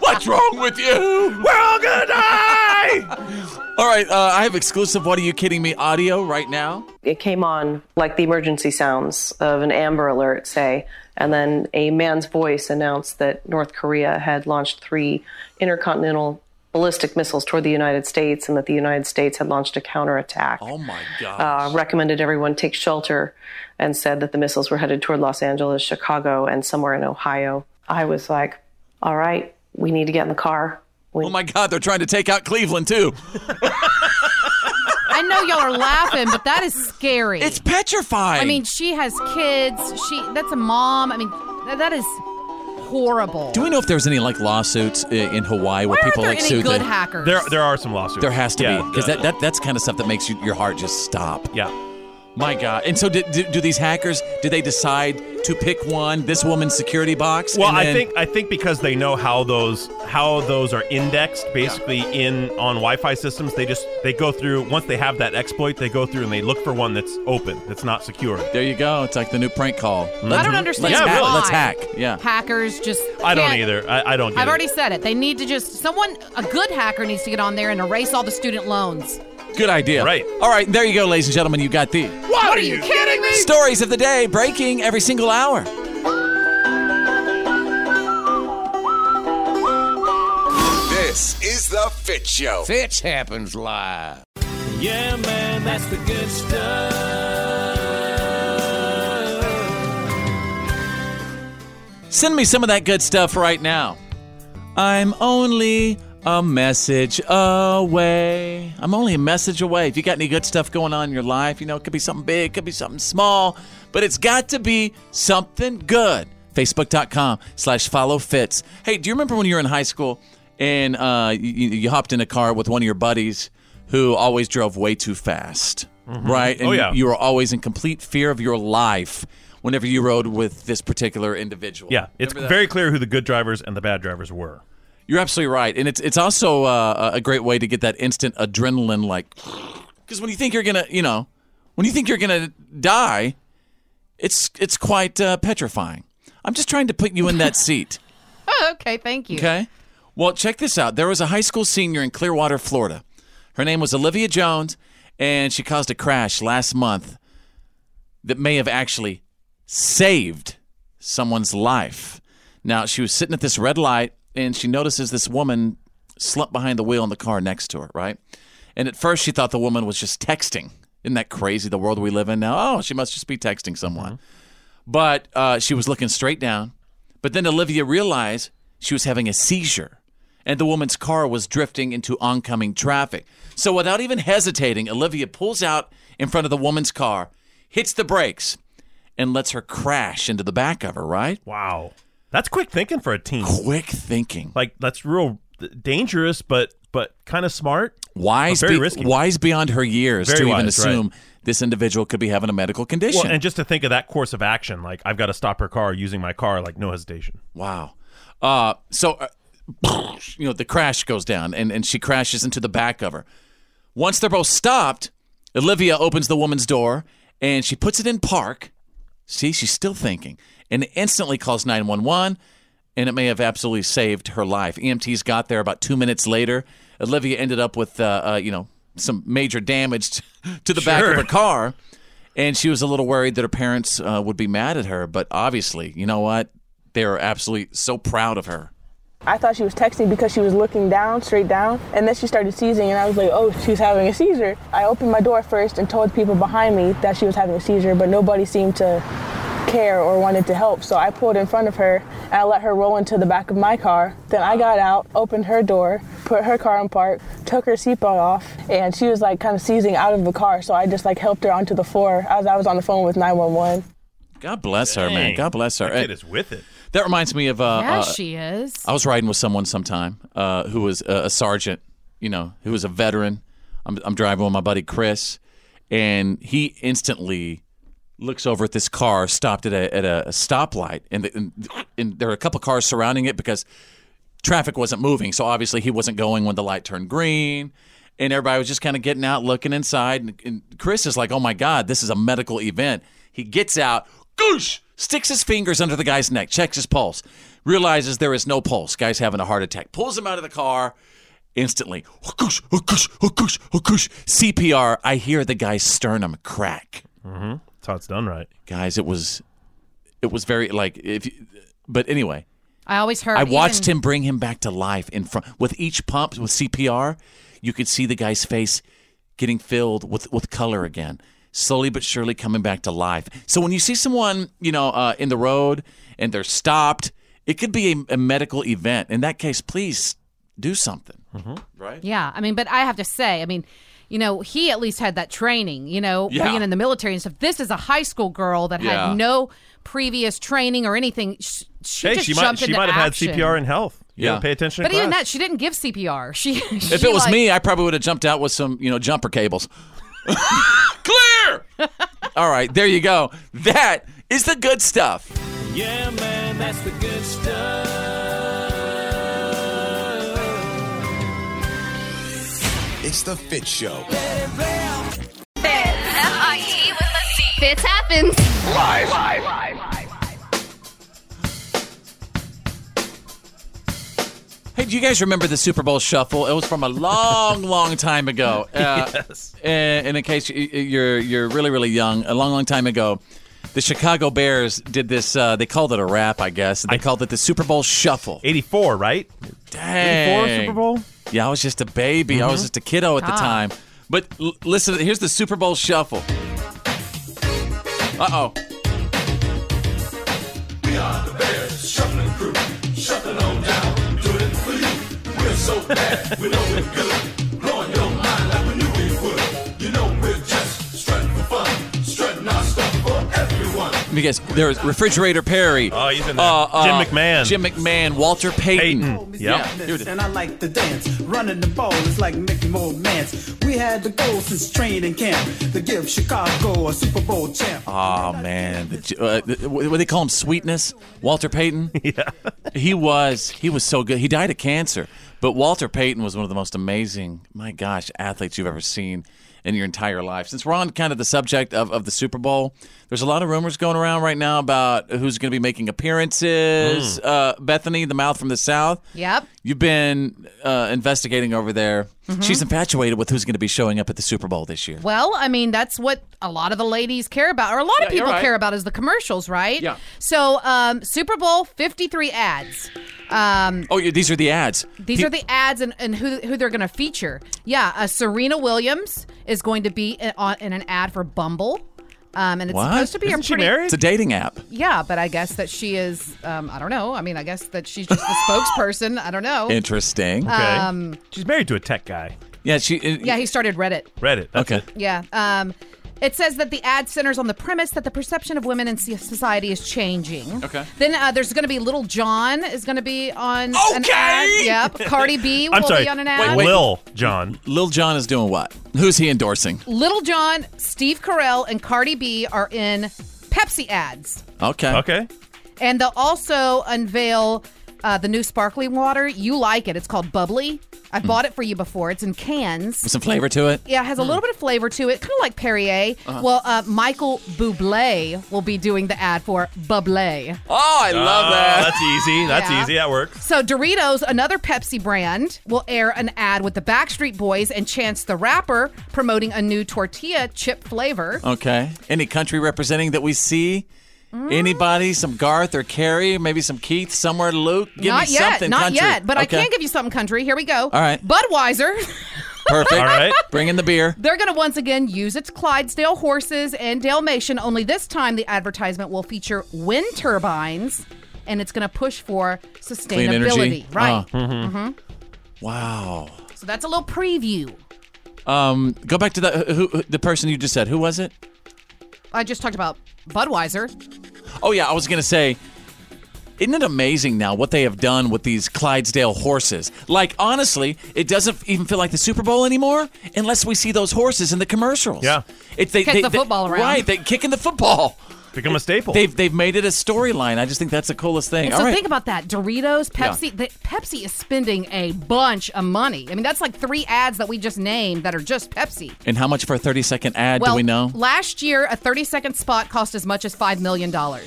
What's wrong with you?
We're all gonna die!
All right, uh, I have exclusive What Are You Kidding Me audio right now.
It came on like the emergency sounds of an Amber Alert, say, and then a man's voice announced that North Korea had launched three intercontinental ballistic missiles toward the United States and that the United States had launched a counterattack.
Oh my
Uh, recommended everyone take shelter and said that the missiles were headed toward Los Angeles, Chicago, and somewhere in Ohio. I was like, all right, we need to get in the car.
Oh my God, they're trying to take out Cleveland too.
I know y'all are laughing, but that is scary. It's
petrifying.
I mean, she has kids. She that's a mom. I mean, th- that is horrible.
Do we know if there's any like lawsuits i- in Hawaii where,
Why aren't
people
there
like
any
sue
good
the-
hackers?
There, there are some lawsuits.
There has to
Yeah,
be because
yeah.
that, that that's kind of stuff that makes you, your heart just stop.
Yeah.
My God. And so, do, do, do these hackers? Do they decide to pick one? This woman's security box.
Well,
and
I
then-
think I think because they know how those how those are indexed basically in on Wi-Fi systems, they just they go through once they have that exploit, they go through and they look for one that's open, that's not secure.
There you go. It's like the new prank call.
I don't understand
Let's,
why.
hack, let's hack. Yeah.
Hackers just.
I don't
can't-
either. I, I don't. Get
I've
it.
already said it. They need to just someone a good hacker needs to get on there and erase all the student loans.
Good idea. Right. All right. There you go, ladies and gentlemen. You got the
What, are you kidding me?
stories of the day breaking every single hour.
This is the Fit Show.
Fitch happens live.
Yeah, man, that's the good stuff.
Send me some of that good stuff right now. I'm only a message away. I'm only a message away. If you got any good stuff going on in your life, you know, it could be something big, it could be something small, but it's got to be something good. Facebook.com slash follow fits. Hey, do you remember when you were in high school and uh, you, you hopped in a car with one of your buddies who always drove way too fast,
Mhm.
right? And
Oh, yeah.
you were always in complete fear of your life whenever you rode with this particular individual.
Yeah, it's
Remember that?
very clear who the good drivers and the bad drivers were.
You're absolutely right, and it's it's also uh, a great way to get that instant adrenaline, like because when you think you're gonna, you know, when you think you're gonna die, it's it's quite uh, petrifying. I'm just trying to put you in that seat,
Oh, okay, thank you.
okay? Well, check this out. There was a high school senior in Clearwater, Florida. Her name was Olivia Jones, and she caused a crash last month that may have actually saved someone's life. Now, she was sitting at this red light and she notices this woman slumped behind the wheel in the car next to her, right? And at first, she thought the woman was just texting. Isn't that crazy, the world we live in now? Oh, she must just be texting someone. But uh, she was looking straight down. But then Olivia realized she was having a seizure and the woman's car was drifting into oncoming traffic. So without even hesitating, Olivia pulls out in front of the woman's car, hits the brakes, and lets her crash into the back of her, right?
Wow. That's quick thinking for a teen.
Quick thinking.
Like that's real th- dangerous, but but kind of smart.
Wise,
but very
be-
risky.
wise beyond her years
Very
to even
wise, right.
assume this individual could be having a medical condition.
Well, and just to think of that course of action, like I've got to stop her car using my car, like no hesitation.
Wow. Uh, so, uh, you know, the crash goes down and, and she crashes into the back of her. Once they're both stopped, Olivia opens the woman's door and she puts it in park. See, she's still thinking and instantly calls 911, and it may have absolutely saved her life. EMTs got there about two minutes later. Olivia ended up with, uh, uh, you know, some major damage t- to the back of
Sure.
her car. And she was a little worried that her parents uh, would be mad at her, but obviously, you know what? They were absolutely so proud of her.
I thought she was texting because she was looking down, straight down, and then she started seizing, and I was like, oh, she's having a seizure. I opened my door first and told people behind me that she was having a seizure, but nobody seemed to care or wanted to help, so I pulled in front of her and I let her roll into the back of my car. Then I got out, opened her door, put her car in park, took her seatbelt off, and she was like kind of seizing out of the car, so I just like helped her onto the floor as I was on the phone with 911.
God bless her,
Dang.
man. God bless her.
That kid is with it.
That reminds me of. Uh,
yeah,
uh,
she is.
I was riding with someone sometime uh, who was a, a sergeant, you know, who was a veteran. I'm, I'm driving with my buddy Chris, and he instantly looks over at this car stopped at a, at a stoplight, and, the, and, and there are a couple cars surrounding it because traffic wasn't moving. So obviously he wasn't going when the light turned green. and everybody was just kind of getting out, looking inside. And, and Chris is like, "Oh my God, this is a medical event." He gets out, goosh, sticks his fingers under the guy's neck, checks his pulse, realizes there is no pulse. Guy's having a heart attack. Pulls him out of the car instantly. Whoosh, whoosh, whoosh, whoosh. CPR. I hear the guy's sternum crack.
Mm-hmm. That's how it's done, right?
Guys, it was, it was very like if, you, but anyway.
I always heard.
I watched
even-
him bring him back to life in front with each pump with CPR. You could see the guy's face getting filled with with color again, slowly but surely coming back to life. So when you see someone, you know, uh, in the road and they're stopped, it could be a, a medical event. In that case, please do something. Right?
Yeah, I mean, but I have to say, I mean, you know, he at least had that training, you know,
Yeah.
being in the military and stuff. This is a high school girl that
Yeah.
had no previous training or anything. She, she
hey,
just
she might
jumped
she
into
might have
action.
had CPR in health. You
Yeah.
gotta pay attention.
But
to
even
class.
that, she didn't give CPR. She,
If it was me, I probably would have jumped out with some, you know, jumper cables. Clear. All right, there you go. That is the good stuff.
Yeah, man, that's the good stuff.
It's the Fit Show.
F-I-E E with a C. Fits happens.
Live.
Live. Live.
Hey, do you guys remember the Super Bowl Shuffle? It was from a long, long time ago. Uh,
Yes.
And and in case you- you're you're really really young, a long, long time ago, the Chicago Bears did this. Uh, they called it a rap, I guess. They called it the Super Bowl Shuffle.
'84, right?
Dang.
Super
Mm.
Bowl.
Yeah, I was just a baby. I was
Mhm.
just a kiddo at the
Ah.
time. But l- listen, here's the Super Bowl Shuffle. Uh oh.
We are the Bears, shuffling crew, shuffling on down, doing it for you. We're so bad, we know we're good, blowing your mind like we knew we would. You know we're just strutting for fun, strutting our stuff for everyone.
Let me guess. There was Refrigerator Perry. Oh,
he's in
there.
Jim McMahon.
Jim McMahon. Walter Payton.
Mm.
Oh,
Yeah. Here it is.
And I like to dance. Running the ball is like Mickey Mo Mance. We had the goal since training camp to give Chicago a Super Bowl champ.
Oh man, the, uh, the, what do they call him? Sweetness, Walter Payton. yeah, he was he was so good. He died of cancer, but Walter Payton was one of the most amazing, my gosh, athletes you've ever seen in your entire life. Since we're on kind of the subject of, of the Super Bowl, there's a lot of rumors going around right now about who's going to be making appearances. Uh, Bethany, the mouth from the south.
Yep.
You've been uh, investigating over there.
Mm-hmm.
She's infatuated with who's going to be showing up at the Super Bowl this year.
Well, I mean, that's what a lot of the ladies care about, or a lot of
Yeah, you're
people
right.
care about is the commercials, right?
Yeah.
So, um, Super Bowl 53 ads. Um,
Oh, yeah, these are the ads.
These
Pe-
are the ads and, and who, who they're going to feature. Yeah, uh, Serena Williams is going to be in, on, in an ad for Bumble. Um, and it's
What?
supposed to be a pretty.
It's a dating app.
Yeah, but I guess that she is. Um, I don't know. I mean, I guess that she's just the spokesperson. I don't know.
Interesting. Uh,
Um,
She's married to a tech guy.
Yeah, she. it-
yeah, he started Reddit.
Reddit. That's
okay.
Yeah. Um, it says that the ad centers on the premise that the perception of women in so- society is changing.
Okay.
Then uh, there's going to be Little John is going to be on. Okay. An ad. Yep. Cardi B will be on an ad.
Lil John.
Lil John is doing what? Who's he endorsing?
Little John, Steve Carell, and Cardi B are in Pepsi ads,
Okay.
Okay.
and they'll also unveil uh, the new sparkling water. You like it? It's called Bubbly. I've bought it for you before. It's in cans.
With some flavor to it.
Yeah, it has a little bit of flavor to it, kind of like Perrier.
Uh-huh.
Well, uh, Michael Bublé will be doing the ad for Bublé.
Oh, I love
Ah,
Oh,
that.
That's easy. That's
Yeah.
easy. That works.
So Doritos, another Pepsi brand, will air an ad with the Backstreet Boys and Chance the Rapper promoting a new tortilla chip flavor.
Okay. Any country representing that we see?
Mm.
Anybody? Some Garth or Carrie? Maybe some Keith? Somewhere Luke? Give
not
me
yet,
something
not
country.
yet. But I
Okay.
can give you something country. Here we go.
All right.
Budweiser.
Perfect. All right. Bring in the beer.
They're going to once again use its Clydesdale horses and Dalmatian. Only this time, the advertisement will feature wind turbines, and it's going to push for sustainability.
Clean energy.
Right.
Uh, mhm.
hmm
Wow.
So that's a little preview.
Um, go back to the who, who- the person you just said. Who was it?
I just talked about Budweiser.
Oh yeah, I was gonna say. Isn't it amazing now what they have done with these Clydesdale horses? Like honestly, it doesn't even feel like the Super Bowl anymore unless we see those horses in the commercials. Yeah, it's they,
Kick
they-
the
they-
football around.
Right, they kicking the football.
Become a staple.
They've they've made it a storyline. I just think that's the coolest thing.
And
All
so
right.
think about that. Doritos,
Yeah.
Pepsi. The, Pepsi is spending a bunch of money. I mean, that's like three ads that we just named that are just Pepsi.
and how much for a 30 second ad
well,
do we know?
Last year, a 30 second spot cost as much as $5 million.
okay.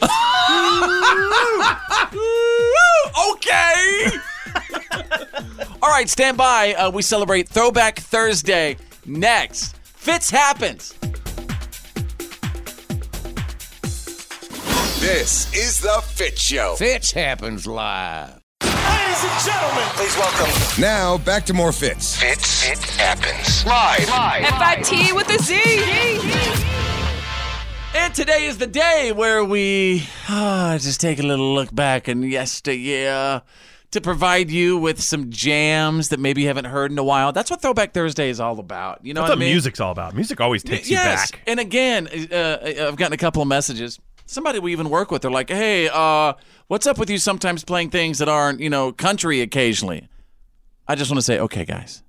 All right, stand by. Uh, we celebrate Throwback Thursday next. Fitz happens.
This is the Fit Show.
Fitch happens live.
Ladies and gentlemen, please welcome. Now back to more Fits. Fits. It happens live.
F-I-T with a Z.
And today is the day where we ah, just take a little look back and yesteryear to provide you with some jams that maybe you haven't heard in a while. That's what Throwback Thursday is all about. You know
That's
what
what
I mean?
music's all about. Music always takes
yes.
you back.
And again, uh, I've gotten a couple of messages. Somebody we even work with, they're like, "Hey, uh, what's up with you sometimes playing things that aren't, you know, country occasionally?" I just want to say, okay, guys,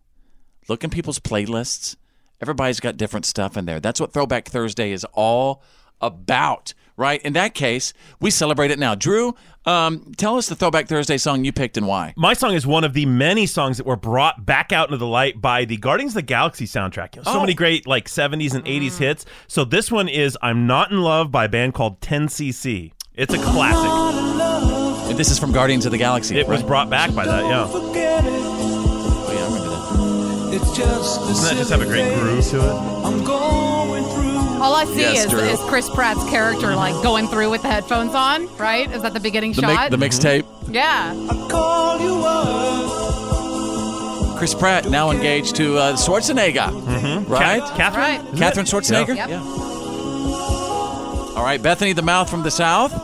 look in people's playlists. Everybody's got different stuff in there. That's what Throwback Thursday is all about, right? In that case, we celebrate it now. Drew, um, tell us the Throwback Thursday song you picked and why.
My song is one of the many songs that were brought back out into the light by the Guardians of the Galaxy soundtrack. So
Oh. Mm.
many great like 70s and 80s hits. So this one is "I'm Not in Love" by a band called 10cc. It's a classic.
And this is from Guardians of the Galaxy.
It was brought back by that. Yeah.
Forget it.
Oh, yeah, I remember that.
It's just
Doesn't that just have a great groove to it?
I'm going through.
All I see
Yes,
is,
Drew.
is Chris Pratt's character like going through with the headphones on, right? Is that the beginning
The, mi-
shot?
the mixtape.
Yeah.
Call you up.
Chris Pratt now engaged to uh, Schwarzenegger, right?
Catherine?
Right.
Isn't
Catherine
it?
Schwarzenegger.
Yep.
All right, Bethany, the mouth from the south.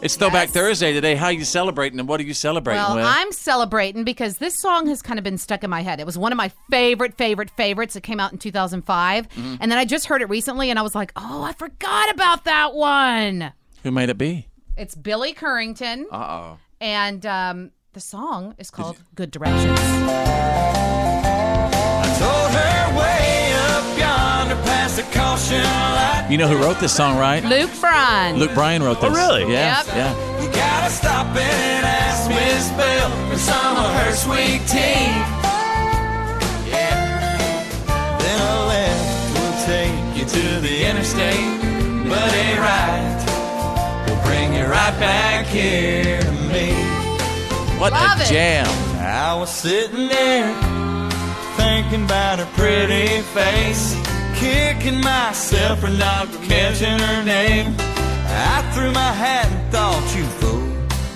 It's Throwback Thursday today. How you celebrating, and what are you celebrating
Well,
with?
I'm celebrating because this song has kind of been stuck in my head. It was one of my favorite, favorite, favorites. It came out in 2005.
Mhm.
And then I just heard it recently and I was like, oh, I forgot about that one.
Who might it be?
It's Billy Currington.
Uh oh.
And um, the song is called Good Directions.
Told her way up yonder past the caution light.
You know who wrote this song, right?
Luke Bryan.
Luke Bryan wrote this.
Oh, really?
Yeah.
Yep.
Yeah.
You gotta stop it and ask Miss Bell for some of her sweet tea. Yeah. Then a left will take you to the interstate, but a right will bring you right back here to me.
What
Love
a
it.
jam!
I was sitting there thinking about her pretty face, kicking myself for not catching her name. I threw my hat and thought you fool,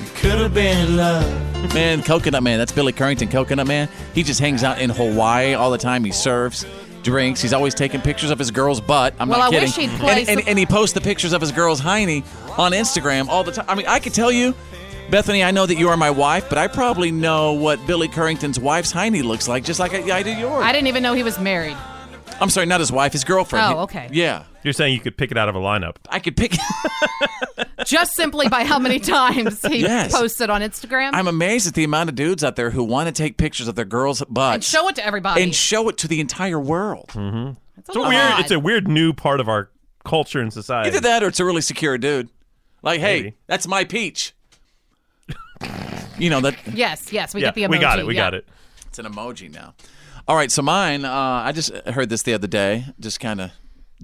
you could have been love.
Man, Coconut Man. That's Billy Currington. Coconut Man. He just hangs out in Hawaii all the time. He surfs, drinks. He's always taking pictures of his girl's butt. I'm
Well,
not
I
kidding.
wish he'd play
and, and,
some-
and he posts the pictures of his girl's hiney on Instagram all the time. I mean, I could tell you, Bethany, I know that you are my wife, but I probably know what Billy Currington's wife's hiney looks like, just like I, I do yours.
I didn't even know he was married.
I'm sorry, not his wife, his girlfriend.
Oh, okay.
Yeah.
You're saying you could pick it out of a lineup.
I could pick.
Just simply by how many times he
Yes.
posted on Instagram.
I'm amazed at the amount of dudes out there who want to take pictures of their girls'
and
butts
show it to everybody.
and show it to the entire world.
Mm-hmm. It's
a
a weird.
lot.
It's a weird new part of our culture and society.
Either that or it's a really secure dude. Like, hey,
Maybe.
that's my peach. you know that
yes, yes, we
Yeah,
get the emoji.
we got it, we
yeah.
got it. it's an emoji now. All right, so mine. Uh, I just heard this the other day, just kind of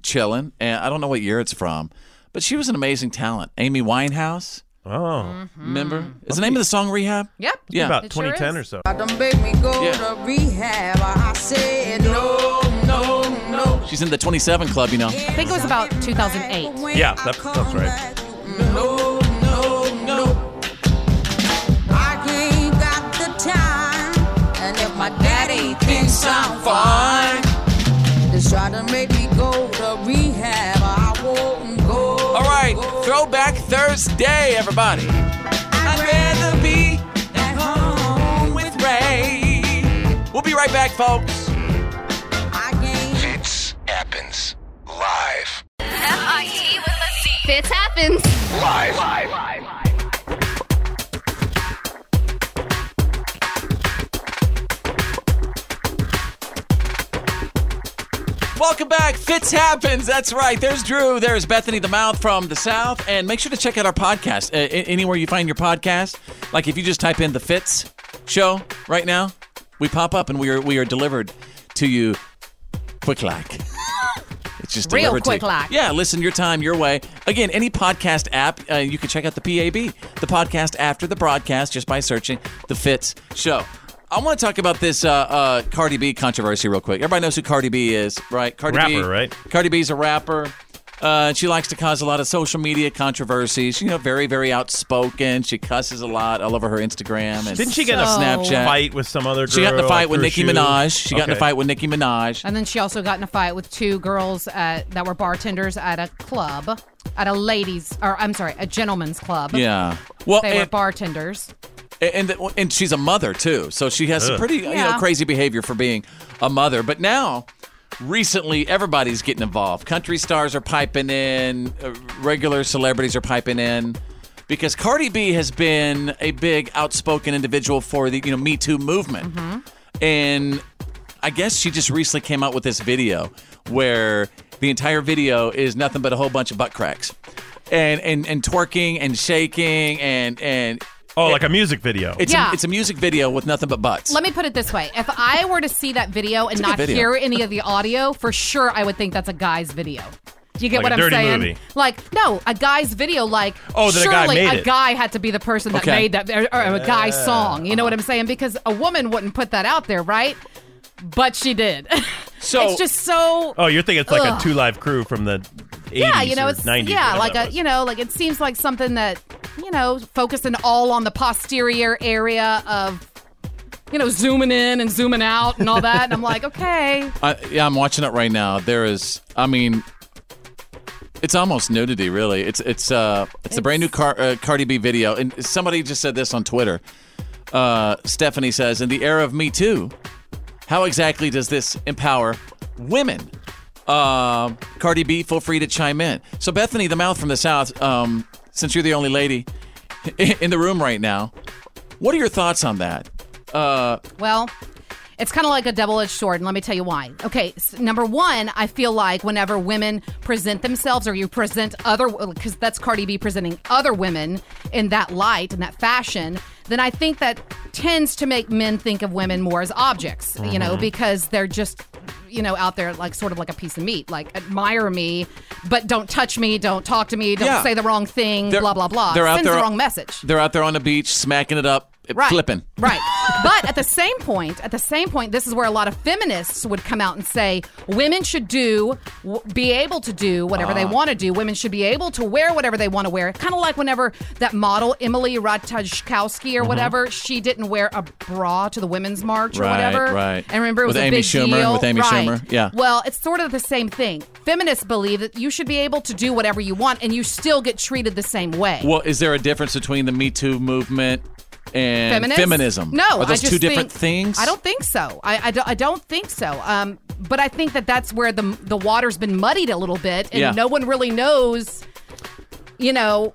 chilling, and I don't know what year it's from, but she was an amazing talent, Amy Winehouse.
Oh,
remember?
Hmm.
Is the name of the song Rehab?
Yep.
Yeah,
About 2010 or so.
Don't make me go
Yeah.
to rehab. I said no, no, no,
She's in the 27 Club, you know.
I think it was about 2008.
Yeah, that, that's right.
no, no, no. I ain't got the time, and if my daddy thinks I'm fine, just try to make me go to rehab. I won't go.
All right, Throwback Thursday, everybody. I'd rather be
at home
with Ray. We'll be right back, folks.
Fits happens live.
F-I-T E with a Z. Fits happens.
Live.
Welcome back. Fitz happens. That's right. There's Drew. There's Bethany the Mouth from the South. And make sure to check out our podcast. Uh, a- anywhere you find your podcast, like if you just type in the Fitz show right now, we pop up and we are we are delivered to you quick like. It's just
Real
delivered to
quick
you.
like.
Yeah, listen your time, your way. Again, any podcast app, uh, you can check out the PAB, the podcast after the broadcast, just by searching the Fitz Show. I want to talk about this uh, uh, Cardi B controversy real quick. Everybody knows who Cardi B is, right? Cardi B,
Rapper, right?
Cardi B's a rapper. Uh, she likes to cause a lot of social media controversies. You know, very, very outspoken. She cusses a lot all over her Instagram and
Didn't she get in a
Snapchat
fight with some other girl?
She got in a fight with
threw a
Nicki
shoe?
Minaj. She got in a
Okay.
fight with Nicki Minaj.
And then she also got in a fight with two girls at, that were bartenders at a club, at a ladies, or I'm sorry, a gentleman's club.
Yeah. Well,
they were
and-
bartenders.
And and- and she's a mother too, so she has some
Ugh.
pretty you know
Yeah.
crazy behavior for being a mother. But now, recently, everybody's getting involved. Country stars are piping in, uh, regular celebrities are piping in, because Cardi B has been a big outspoken individual for the you know Me Too movement. And I guess she just recently came out with this video where the entire video is nothing but a whole bunch of butt cracks. And and and twerking and shaking and and
Oh, like a music video.
It's
Yeah.
a, it's a music video with nothing but butts.
Let me put it this way: if I were to see that video and
It's a good
not
video.
hear any of the audio, for sure I would think that's a guy's video. Do you get
Like
what
a
I'm
dirty
saying?
movie.
Like, no, a guy's video. Like,
Oh, that a
surely
guy made it.
guy had to be the person that
Okay.
made that, or, or a guy
Yeah. Uh-huh.
song. You know what I'm saying? Because a woman wouldn't put that out there, right? But she did.
So-
it's just so.
Oh, you're thinking it's like
Ugh.
a two live crew from the 80s
yeah, you know,
or
it's
90s. whatever
yeah, like
that
a you know, like it seems like something that you know, focusing all on the posterior area of you know, zooming in and zooming out and all that, and I'm like, okay,
I, yeah, I'm watching it right now. There is, I mean, it's almost nudity, really. It's it's uh it's, a brand new Car- uh, Cardi B video, and somebody just said this on Twitter. Uh, Stephanie says, "In the era of Me Too, how exactly does this empower women?" Uh, Cardi B, feel free to chime in. So, Bethany, the mouth from the south, um, since you're the only lady in the room right now, what are your thoughts on that? Uh,
well. It's kind of like a double edged sword, and let me tell you why. Okay, s number one, I feel like whenever women present themselves or you present other, because that's Cardi B presenting other women in that light, in that fashion, then I think that tends to make men think of women more as objects, you know,
Mm-hmm.
Mhm.
because they're just, you know, out there like sort of like a piece of meat, like admire me, but don't touch me, don't talk to me, don't
Yeah.
say the wrong thing,
They're-
blah, blah, blah.
they're out
Sends
there-
the wrong message.
They're out there on the beach, smacking it up, uh,
Right.
flipping.
Right. But at the same point, at the same point, this is where a lot of feminists would come out and say women should do, w- be able to do whatever they
Ah.
want to do. Women should be able to wear whatever they want to wear. Kind of like whenever that model Emily Ratajkowski or
Mhm.
whatever, she didn't wear a bra to the women's march or
Right,
whatever.
right.
And remember, it was
With
a
Amy
big
Schumer,
deal.
with Amy
Right.
Schumer, yeah.
Well, it's sort of the same thing. Feminists believe that you should be able to do whatever you want and you still get treated the same way.
Well, is there a difference between the Me Too movement and
Feminist?
feminism?
No,
are
I
those
just
two
think-
different things?
I don't think so. I, I, don't, I don't think so. Um, but I think that that's where the the water's been muddied a little bit, and
Yeah.
no one really knows. You know,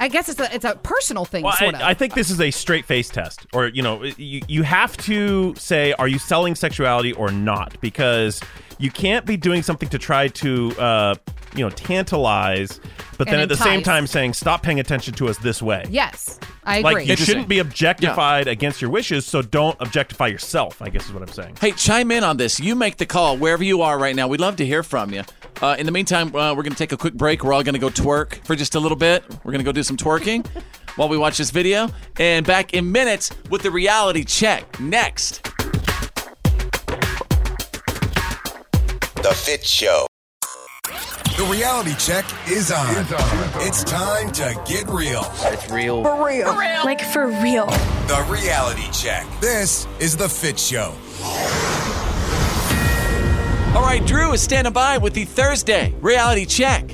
I guess it's a it's a personal thing,
Well,
sort of.
I, I think this is a straight face test, or you know, you, you have to say, are you selling sexuality or not? Because you can't be doing something to try to, uh, you know, tantalize, but then
And
at the same
entice.
time saying, stop paying attention to us this way.
yes, I agree.
Like you shouldn't be objectified against your wishes, so don't objectify yourself. I guess is what I'm saying.
Hey, chime in on this. You make the call wherever you are right now. We'd love to hear from you. Uh, in the meantime, uh, we're going to take a quick break. We're all going to go twerk for just a little bit. We're going to go do some twerking while we watch this video. And back in minutes with the reality check next.
The Fit Show.
The reality check is on. It's time to get real. It's real.
For real. Like for real.
The reality check. This is The Fit Show.
All right, Drew is standing by with the Thursday reality check.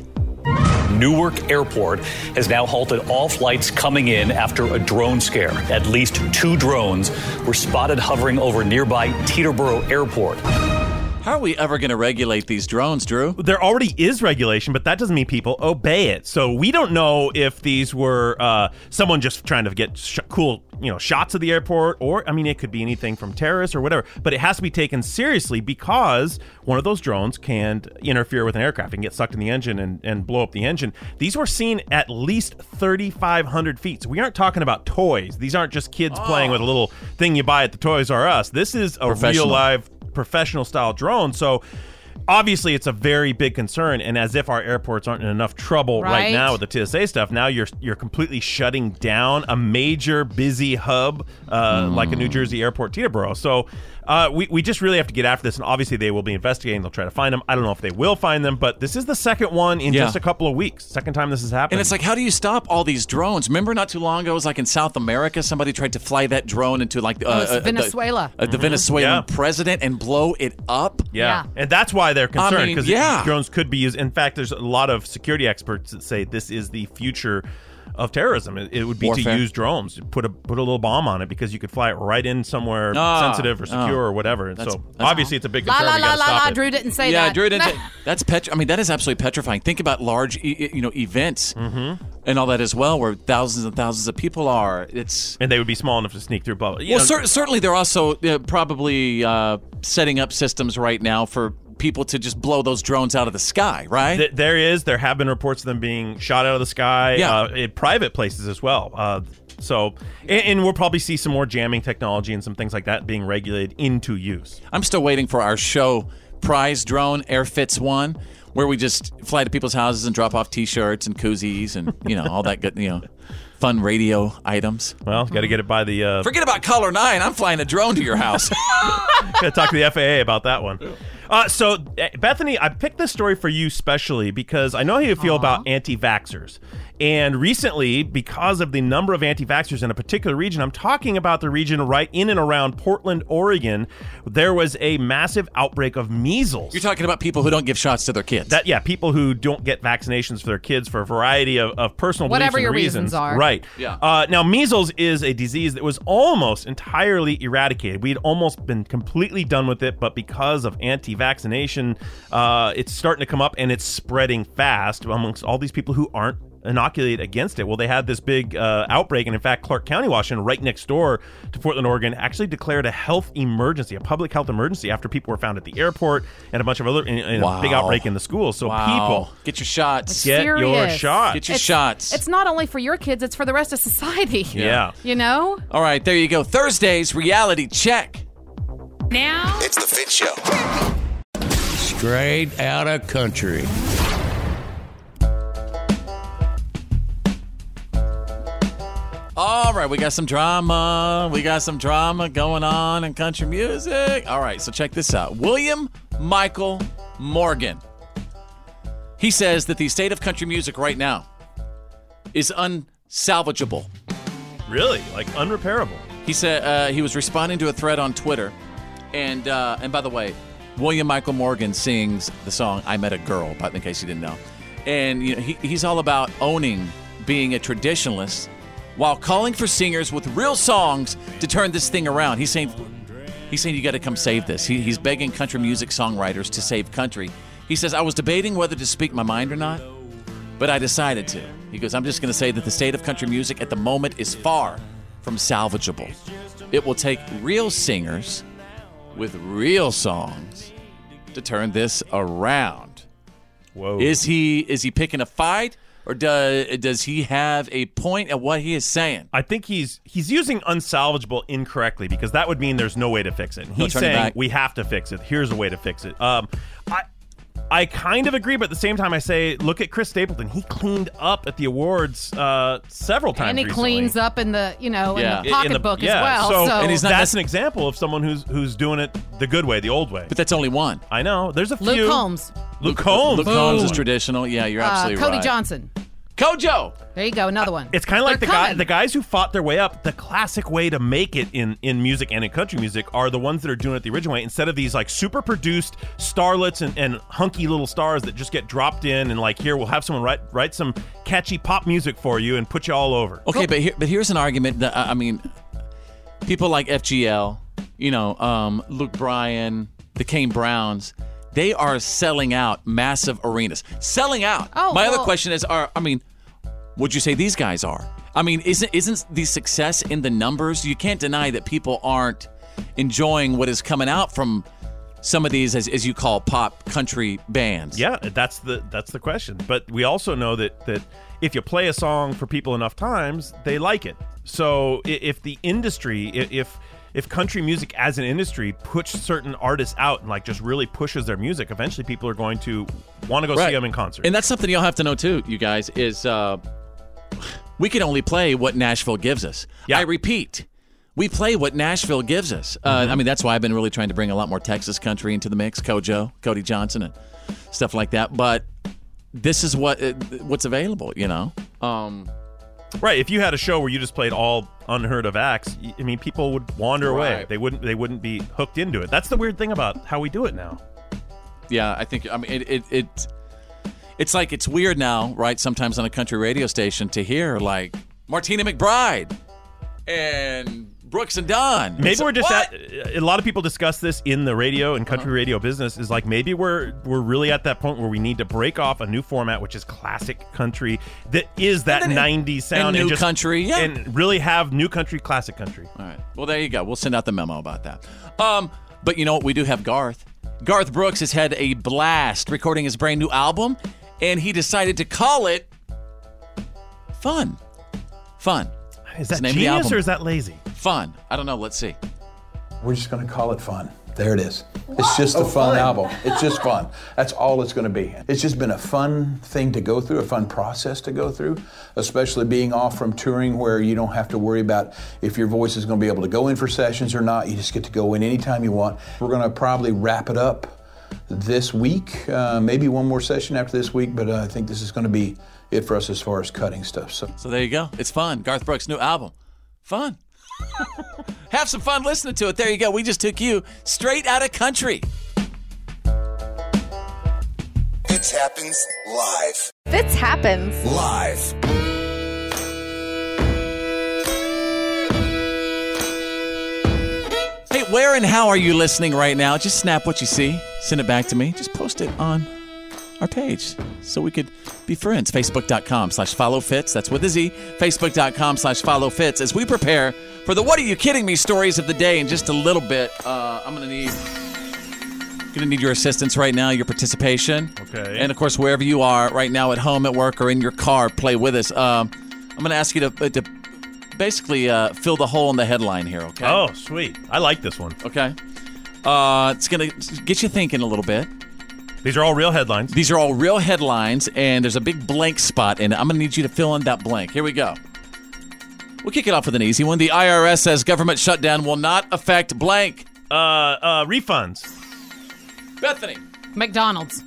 Newark Airport has now halted all flights coming in after a drone scare. At least two drones were spotted hovering over nearby Teterboro Airport.
How are we ever going to regulate these drones, Drew?
There already is regulation, but that doesn't mean people obey it. So we don't know if these were uh, someone just trying to get sh- cool you know, shots of the airport, or I mean, it could be anything from terrorists or whatever. But it has to be taken seriously because one of those drones can interfere with an aircraft and get sucked in the engine and, and blow up the engine. These were seen at least 3,500 feet. So we aren't talking about toys. These aren't just kids oh. playing with a little thing you buy at the Toys R Us. This is a real live professional style drone. So obviously it's a very big concern and as if our airports aren't in enough trouble right. right, now with the TSA stuff now you're you're completely shutting down a major busy hub uh, mm. like a New Jersey airport Teterboro so uh, we, we just really have to get after this and obviously they will be investigating they'll try to find them I don't know if they will find them but this is the second one in yeah. just a couple of weeks second time this has happened
and it's like how do you stop all these drones remember not too long ago it was like in South America somebody tried to fly that drone into like
uh, Venezuela
the, mm-hmm. the Venezuelan yeah. president and blow it up
yeah, yeah. and that's why they're concerned because I mean,
yeah.
drones could be used. In fact, there's a lot of security experts that say this is the future of terrorism. It, it would be Warfare. to use drones, put a put a little bomb on it because you could fly it right in somewhere oh, sensitive or secure oh, or whatever. And so obviously it's a big concern.
La
la
la la la. Drew didn't say
yeah,
that.
Yeah, Drew didn't. say, that's pet. I mean, that is absolutely petrifying. Think about large, e- you know, events mm-hmm. and all that as well, where thousands and thousands of people are. It's
and they would be small enough to sneak through. Bubble.
You well, cer- certainly they're also uh, probably uh, setting up systems right now for people to just blow those drones out of the sky, right?
Th- there is. There have been reports of them being shot out of the sky yeah. uh, in private places as well. Uh, so, and, and, we'll probably see some more jamming technology and some things like that being regulated into use.
I'm still waiting for our show prize drone airfits one where we just fly to people's houses and drop off t-shirts and koozies and you know all that good you know fun radio items.
Well, got to get it by the. Uh...
Forget about Color 9. I'm flying a drone to your house.
got to talk to the FAA about that one. Uh, so, Bethany, I picked this story for you specially because I know how you feel Aww. about anti vaxxers. And recently, because of the number of anti vaxxers in a particular region, I'm talking about the region right in and around Portland, Oregon, there was a massive outbreak of measles.
You're talking about people who don't give shots to their kids.
That, yeah, people who don't get vaccinations for their kids for a variety of, of personal
Whatever
your
reasons, reasons are.
Right. Right. Yeah. Uh, now, measles is a disease that was almost entirely eradicated. We'd almost been completely done with it, but because of anti vaccination, uh, it's starting to come up and it's spreading fast amongst all these people who aren't inoculate against it. Well, they had this big uh, outbreak, and in fact, Clark County, Washington, right next door to Portland, Oregon, actually declared a health emergency, a public health emergency, after people were found at the airport and a bunch of other and, and wow. a big outbreak in the schools. So
wow.
people,
get your shots, it's
get
serious.
your shots,
get your
it's,
shots.
It's not only for your kids; it's for the rest of society.
Yeah. yeah.
you know.
All right, there you go. Thursday's reality check.
Now
it's the Fit Show.
Straight out of country.
All right, we got some drama. We got some drama going on in country music. All right, so check this out. William Michael Morgan. He says that the state of country music right now is unsalvageable.
Really? Like unrepairable?
He said uh, he was responding to a thread on Twitter, and uh, and by the way, William Michael Morgan sings the song "I Met a Girl," but in case you didn't know, and you know he, he's all about owning being a traditionalist while calling for singers with real songs to turn this thing around. He's saying, he's saying you got to come save this. He, he's begging country music songwriters to save country. He says, I was debating whether to speak my mind or not, but I decided to. He goes, I'm just going to say that the state of country music at the moment is far from salvageable. It will take real singers with real songs to turn this around.
Whoa.
Is he is he picking a fight? or does does he have a point at what he is saying?
I think he's he's using unsalvageable incorrectly because that would mean there's no way to fix it. He's
no
saying
it
we have to fix it. Here's a way to fix it. Um, I. I kind of agree, but at the same time, I say, look at Chris Stapleton. He cleaned up at the awards uh, several times,
and he
recently.
cleans up in the you know yeah. in the pocketbook in the, yeah. as well. So, so.
And he's not, that's, that's an example of someone who's who's doing it the good way, the old way.
But that's only one.
I know. There's a few.
Luke Holmes.
Luke, Luke Holmes.
Luke Holmes is traditional. Yeah, you're absolutely
uh, Cody
right.
Johnson.
Kojo.
There you go, another one.
It's kind of like the guy, the guys who fought their way up. The classic way to make it in in music and in country music are the ones that are doing it the original way instead of these like super produced starlets and, and hunky little stars that just get dropped in and like here we'll have someone write write some catchy pop music for you and put you all over.
Okay, cool. but here, but here's an argument that I mean, people like FGL, you know, um, Luke Bryan, the Kane Browns they are selling out massive arenas. Selling out.
Oh,
My
well,
other question is: Are I mean, would you say these guys are? I mean, isn't isn't the success in the numbers? You can't deny that people aren't enjoying what is coming out from some of these, as, as you call pop country bands.
Yeah, that's the that's the question. But we also know that that if you play a song for people enough times, they like it. So i- if the industry, i- if if country music as an industry puts certain artists out and like just really pushes their music, eventually people are going to want to go see
Right.
them in concert.
And that's something you'll have to know too, you guys, is uh, we can only play what Nashville gives us. I repeat, we play what Nashville gives us. Uh, I mean, that's why I've been really trying to bring a lot more Texas country into the mix, Kojo, Cody Johnson, and stuff like that. But this is what uh, what's available, you know. Um,
Right. If you had a show where you just played all unheard of acts, y- I mean, people would wander away.
Right.
They wouldn't. They wouldn't be hooked into it. That's the weird thing about how we do it now.
yeah, I think I mean it, it it it's like it's weird now, right? Sometimes on a country radio station to hear like Martina McBride and Brooks and Dunn.
Maybe
It's-
we're just
what? Uh-huh.
at. A lot of people discuss this in the radio and country radio business. Is like maybe we're we're really at that point where we need to break off a new format, which is classic country that is that
And then-
'90s sound
and new
just-
country, yeah.
and really have new country, classic country.
All right. Well, there you go. We'll send out the memo about that. Um, but you know what? We do have Garth. Garth Brooks has had a blast recording his brand new album, and he decided to call it Fun. Fun. It's
Is that
the name of the
genius
album.
or is that lazy?
Fun. I don't know. Let's see.
We're just going to call it fun. There it is. It's just a Oh, fun, fun. album. It's just fun. That's all it's going to be. It's just been a fun thing to go through, a fun process to go through, especially being off from touring where you don't have to worry about if your voice is going to be able to go in for sessions or not. You just get to go in anytime you want. We're going to probably wrap it up this week, uh, maybe one more session after this week, but uh, I think this is going to be it for us as far as cutting stuff. So.
So there you go. It's fun. Garth Brooks' new album. Fun. Have some fun listening to it. There you go. We just took you straight out of country.
Fitz happens live.
Fitz happens.
Live.
Hey, where and how are you listening right now? Just snap what you see, send it back to me. Just post it on our page so we could be friends. Facebook.com slash follow fits. That's with a Z. Facebook.com slash follow fits. As we prepare for the What Are You Kidding Me stories of the day in just a little bit, uh, I'm going to need. Gonna need your assistance right now, your participation.
Okay.
And of course, wherever you are right now, at home, at work, or in your car, play with us. Um, I'm gonna ask you to, to basically uh, fill the hole in the headline here, okay?
Oh, sweet. I like this one.
Okay. Uh, it's going to get you thinking a little bit.
These are all real headlines.
These are all real headlines, and there's a big blank spot, and I'm going to need you to fill in that blank. Here we go. We'll kick it off with an easy one. The IRS says government shutdown will not affect blank.
Uh, uh, refunds.
Bethany.
McDonald's.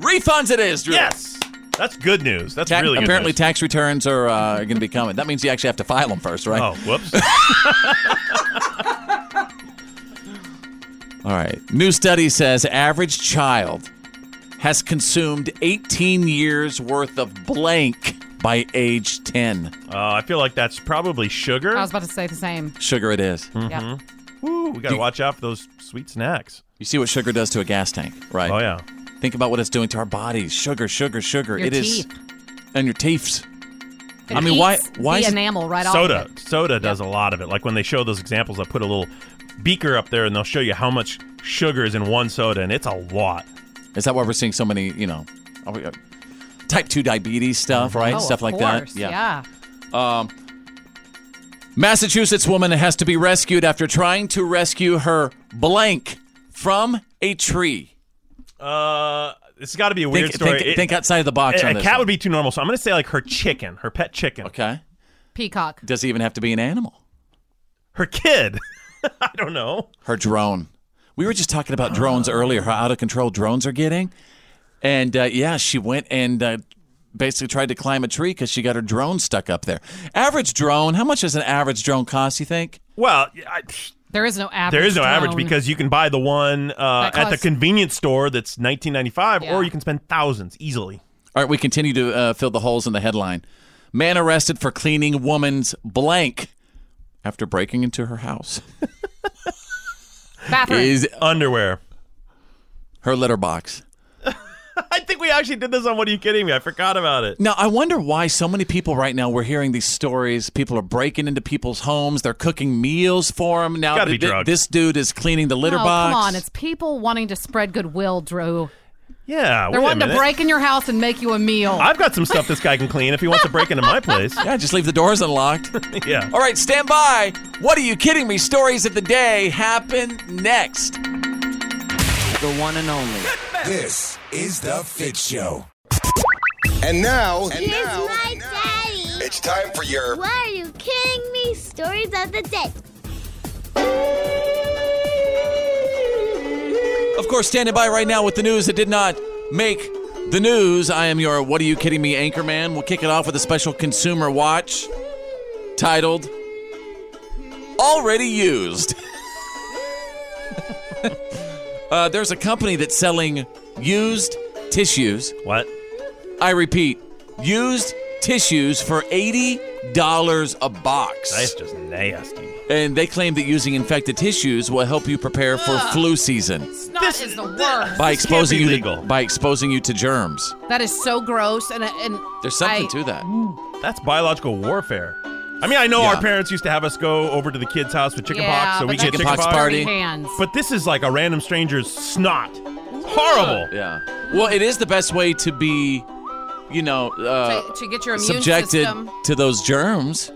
Refunds it is, Drew.
Yes. That's good news. That's
Tax-
really good
apparently,
news.
tax returns are uh, going to be coming. That means you actually have to file them first, right?
Oh, whoops.
All right. New study says average child has consumed 18 years worth of blank by age 10.
Uh, I feel like that's probably sugar.
I was about to say the same.
Sugar Mm-hmm. it is.
Yeah.
Woo, we got to
You-
watch out for those sweet snacks.
You see what sugar does to a gas tank, right? Oh
yeah.
Think about what it's doing to our bodies. Sugar, sugar, sugar.
Your
It is,
teeth.
and your teeth.
It
I mean, why?
eats
Why
the
is it-
enamel right off of
soda. Soda does a lot of it. Like when they show those examples, I put a little beaker up there and they'll show you how much sugar is in one soda, and it's a lot.
Is that why we're seeing so many? You know, are we- uh, type two diabetes stuff, right?
Oh,
stuff
of
like
course,
that.
Yeah.
Um, Massachusetts woman has to be rescued after trying to rescue her blank from a tree.
Uh, it's got to be a
Think-
weird story.
think- think outside of the box
A,
on
a
this
cat
one.
would be too normal, so I'm going to say like her chicken, her pet chicken.
Okay.
Peacock.
Does it even have to be an animal?
Her kid. I don't know.
Her drone. We were just talking about drones earlier, how out of control drones are getting. And uh, yeah, she went and uh, basically tried to climb a tree because she got her drone stuck up there. Average drone, how much does an average drone cost, you think?
Well, I,
There is no average.
there is no average
drone.
because you can buy the one uh,
That
at the
costs-
convenience store that's 19.95, or you can spend thousands easily.
All right, we continue to uh, fill the holes in the headline. Man arrested for cleaning woman's blank after breaking into her house.
Bathroom.
Is
underwear.
Her litter box.
I think we actually did this on What Are You Kidding Me? I forgot about it.
Now, I wonder why so many people right now we're hearing these stories. People are breaking into people's homes. They're cooking meals for them. Now,
Gotta be
th- th-
drugs.
this dude is cleaning the litter
no,
box.
Oh, come on. It's people wanting to spread goodwill, Drew.
Yeah,
They're
wait a
wanting to
minute.
break in your house and make you a meal.
I've got some stuff this guy can clean if he wants to break into my place.
Yeah, just leave the doors unlocked.
yeah.
All right, stand by. What are you kidding me? Stories of the day happen next.
The one and only.
This is the Fit Show.
And now,
And
Here's
now,
my daddy.
it's time for your
Why are you kidding me? Stories of the day.
Of course, standing by right now with the news that did not make the news. I am your What Are You Kidding Me anchor man. We'll kick it off with a special consumer watch titled Already Used. uh, there's a company that's selling used tissues.
What?
I repeat, used tissues for $80 a box.
That's just nasty.
And they claim that using infected tissues will help you prepare for flu season
Snot is the
by
worst.
This can't
exposing
be
you
legal.
to, by exposing you to germs.
that is so gross. And and
There's something
I- Mm-hmm.
to that.
That's biological warfare. I mean, I know our parents used to have us go over to the kid's house with chickenpox,
Yeah,
so we
but
get
that's
chickenpox.
party.
Hands.
But this is like a random stranger's snot. Horrible.
Yeah. Well, it is the best way to be, you know, uh,
to, to get your immune
subjected
system.
to those germs.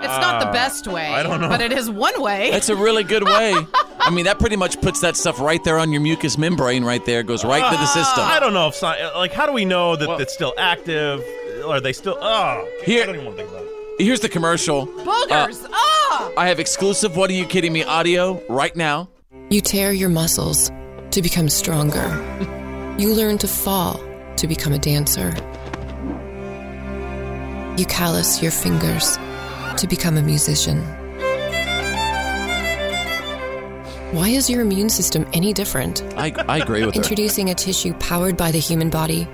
It's not the best way.
Uh, I don't know.
But it is one way.
That's a really good way. I mean, that pretty much puts that stuff right there on your mucous membrane. Right there, goes right to the
Ah,
system.
I don't know if sci- like how do we know that it's still active? Are they still? Oh, I don't even want to think about it.
Here's the commercial.
Boogers.
uh,
Ah!
I have exclusive. What are you kidding me? Audio right now.
You tear your muscles to become stronger. you learn to fall to become a dancer. You callous your fingers to become a musician. Why is your immune system any different?
I, I agree with her.
Introducing a tissue powered by the human body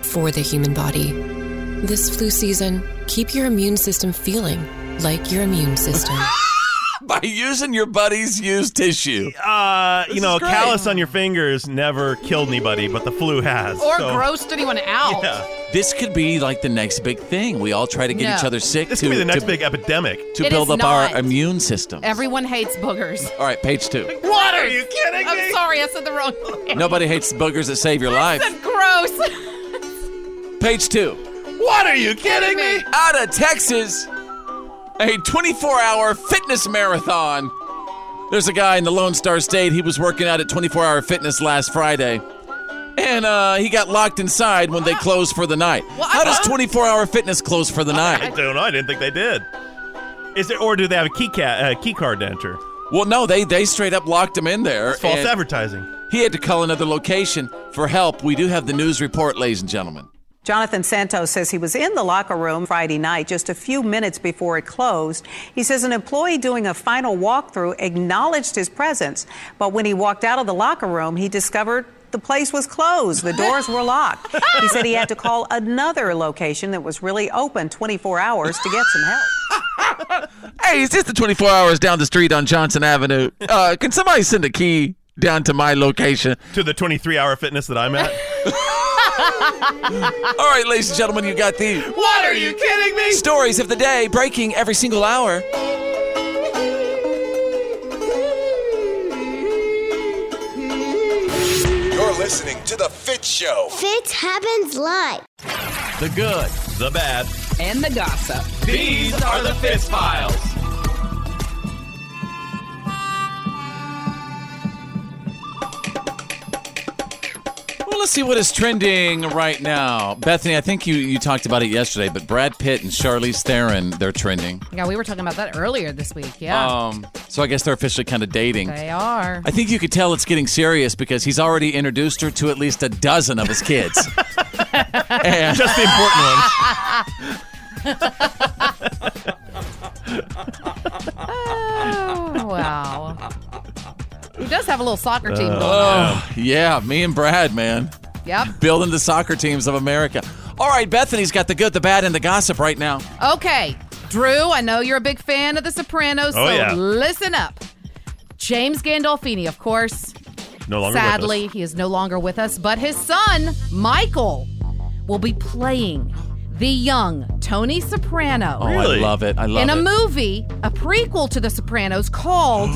for the human body. This flu season, keep your immune system feeling like your immune system.
By using your buddy's used tissue.
Uh, you know,
is great.
callus on your fingers never killed anybody, but the flu has.
or
so-
grossed anyone out.
This could be like the next big thing. We all try to get
No.
each other sick.
This
to,
could be the next
to-
big epidemic.
to
It
build
is
up our
not.
immune system.
Everyone hates boogers.
All right, page two.
What
are you kidding
I'm
me?
sorry, I said the wrong thing.
Nobody hates boogers that save your life.
That's gross.
Page two.
What are you kidding me?
Out of Texas, a 24 hour fitness marathon. There's a guy in the Lone Star State. He was working out at 24 Hour Fitness last Friday. And uh, he got locked inside when they closed for the night. How does 24 Hour Fitness close for the night?
I don't know. I didn't think they did. Is it or do they have a key, ca- uh, key card to enter?
Well, no, they they straight up locked him in there.
It's false
and
advertising.
He had to call another location for help. We do have the news report, ladies and gentlemen.
Jonathan Santos says he was in the locker room Friday night, just a few minutes before it closed. He says an employee doing a final walkthrough acknowledged his presence, but when he walked out of the locker room, he discovered the place was closed. The doors were locked. He said he had to call another location that was really open 24 hours to get some help.
Hey, is this the 24 hours down the street on Johnson Avenue? Uh, can somebody send a key down to my location?
To the 23 hour fitness that I'm at?
All right, ladies and gentlemen, you got the
What are you kidding me?
stories of the day breaking every single hour.
You're listening to the Fit Show.
Fit happens live.
The good,
the bad,
And the gossip.
These are the Fist Files.
Well, let's see what is trending right now. Bethany, I think you, you talked about it yesterday, but Brad Pitt and Charlize Theron, they're trending.
Yeah, we were talking about that earlier this week. Yeah.
Um, so I guess they're officially kind of dating.
they are.
I think you could tell it's getting serious because he's already introduced her to at least a dozen of his kids. And-
Just the important ones.
oh, wow. He does have a little soccer team going on.
Oh, yeah, me and Brad, man.
Yep.
Building the soccer teams of America. All right, Bethany's got the good, the bad, and the gossip right now.
Okay, Drew, I know you're a big fan of The Sopranos,
Oh,
so
yeah.
listen up. James Gandolfini, of course,
no longer
Sadly,
with us.
he is no longer with us, but his son, Michael, will be playing the young Tony Soprano.
Oh, I love it. I love
in
it.
a movie, a prequel to The Sopranos called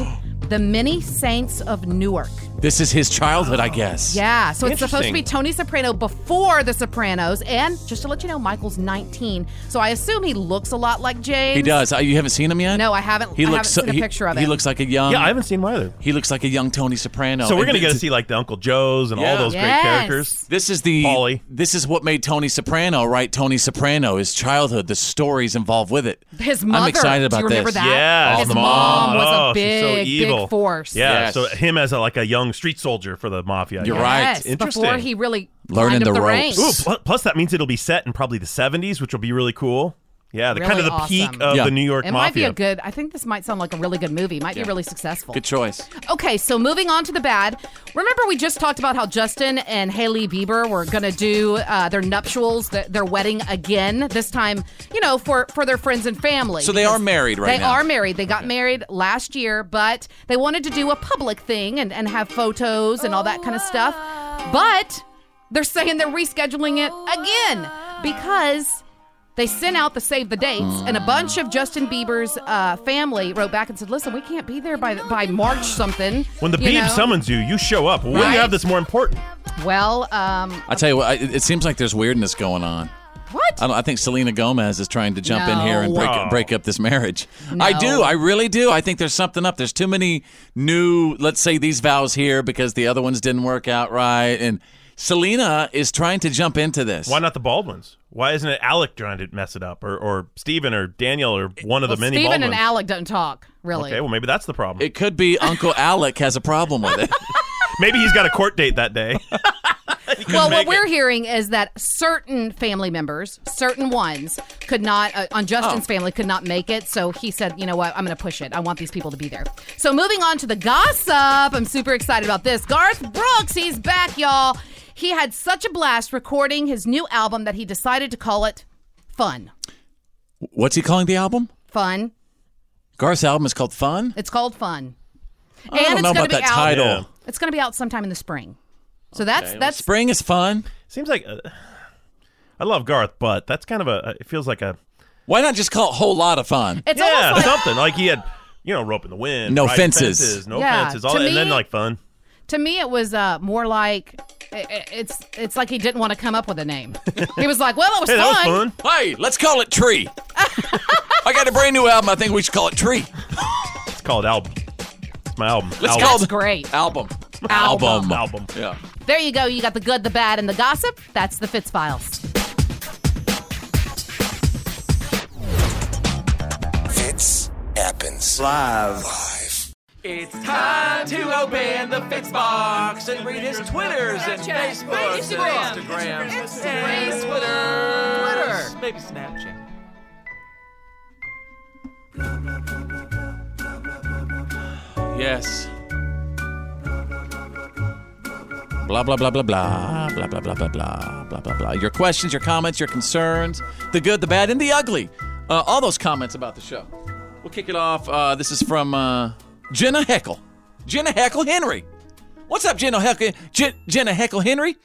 The Many Saints of Newark.
This is his childhood, I guess.
Yeah, so it's supposed to
Interesting.
be Tony Soprano before The Sopranos, and just to let you know, Michael's 19, so I assume he looks a lot like James.
He does. Uh, you haven't seen him yet?
No, I haven't.
He
I
looks
haven't
so,
seen a
he-
picture of
He
him.
looks like a young.
Yeah, I haven't seen him either.
He looks like a young Tony Soprano.
So we're
And
gonna get to
it's-
see like the Uncle Joes and all
Yeah.
those great
Yes.
characters.
This is the This is what made Tony Soprano, right? Tony Soprano, his childhood, the stories involved with it.
His mother.
I'm excited about
Do you remember
this.
that? His mom, was a
Oh, she's
big,
so evil.
big force.
Yeah,
Yes.
so him as a, like a young street soldier for the mafia. I
You're
guess.
Yes,
Interesting.
Before he really
Learning
climbed up
the
the
ropes.
ranks.
Ooh, pl- plus that means it'll be set in probably the 70s, which will be really cool. Yeah, the kind of
Really
the peak
awesome.
of the New York
it
mafia.
might be a good. I think this might sound like a really good movie. Might
Yeah.
be really successful.
Good choice.
Okay, so moving on to the bad. Remember, we just talked about how Justin and Haley Bieber were going to do uh, their nuptials, th- their wedding again. This time, you know, for for their friends and family.
So they are married right
they
now.
are married. They got married last year, but they wanted to do a public thing and and have photos and all that kind of stuff. But they're saying they're rescheduling it again because they sent out the save the dates, and a bunch of Justin Bieber's uh, family wrote back and said, "Listen, we can't be there by by March something."
when the
you
beeb
know?
summons you, you show up. When do you
Right.
have this more important?
Well, um,
I tell you what, I, it it seems like there's weirdness going on.
What?
I, don't, I think Selena Gomez is trying to jump in here and break,
No.
break up this marriage. I do.
No.
I really do. I think there's something up. There's too many new, let's say these vows here because the other ones didn't work out right. And Selena is trying to jump into this.
Why not the Baldwins? Why isn't it Alec trying to mess it up, or or Steven or Daniel or one of the many
Steven
Baldwins?
and Alec don't talk really.
Okay, well maybe that's the problem.
It could be Uncle Alec has a problem with it.
maybe he's got a court date that day.
well, what
make
we're hearing is that certain family members, certain ones, could not, uh, on
Oh.
Justin's family, could not make it. So he said, you know what? I'm going to push it. I want these people to be there. So moving on to the gossip. I'm super excited about this. Garth Brooks, he's back, y'all. He had such a blast recording his new album that he decided to call it Fun.
What's he calling the album?
Fun.
Garth's album is called Fun.
It's called Fun.
I don't know
gonna
about that title.
Yeah.
It's going to be out sometime in the spring. So that's
well,
that's
Spring is fun.
Seems like uh, I love Garth, but that's kind of a. It feels like a.
Why not just call it whole lot of fun?
It's
yeah,
almost like-
something like he had, you know, rope in the wind,
No
riding
fences.
no
Yeah,
fences, all
to
that, and then
me-
like fun.
To me, it was uh, more like i- i- it's it's like he didn't want to come up with a name. he was like, "Well, it was,
Hey, that was
fun.
Hey, let's call it Tree. I got a brand new album. I think we should call it Tree.
It's called album. It's my album.
Let's
album.
call
That's great.
Album.
Album.
Album.
Yeah.
There you go. You got the good, the bad, and the gossip. That's the Fitz Files.
Fits happens live. Live.
It's time to open the Fitzbox and read his Twitters and Facebooks and Instagrams. And Twitters. Maybe Snapchat. Yes. Blah blah blah blah blah blah blah blah blah blah blah blah blah. Your questions, your comments, your concerns, the good, the bad, and the ugly. Uh, all those comments about the show. We'll kick it off. Uh, this is from uh, Jenna Heckle. Jenna Heckle Henry. What's up, Jenna Heckle? Jen- Jenna Heckle Henry.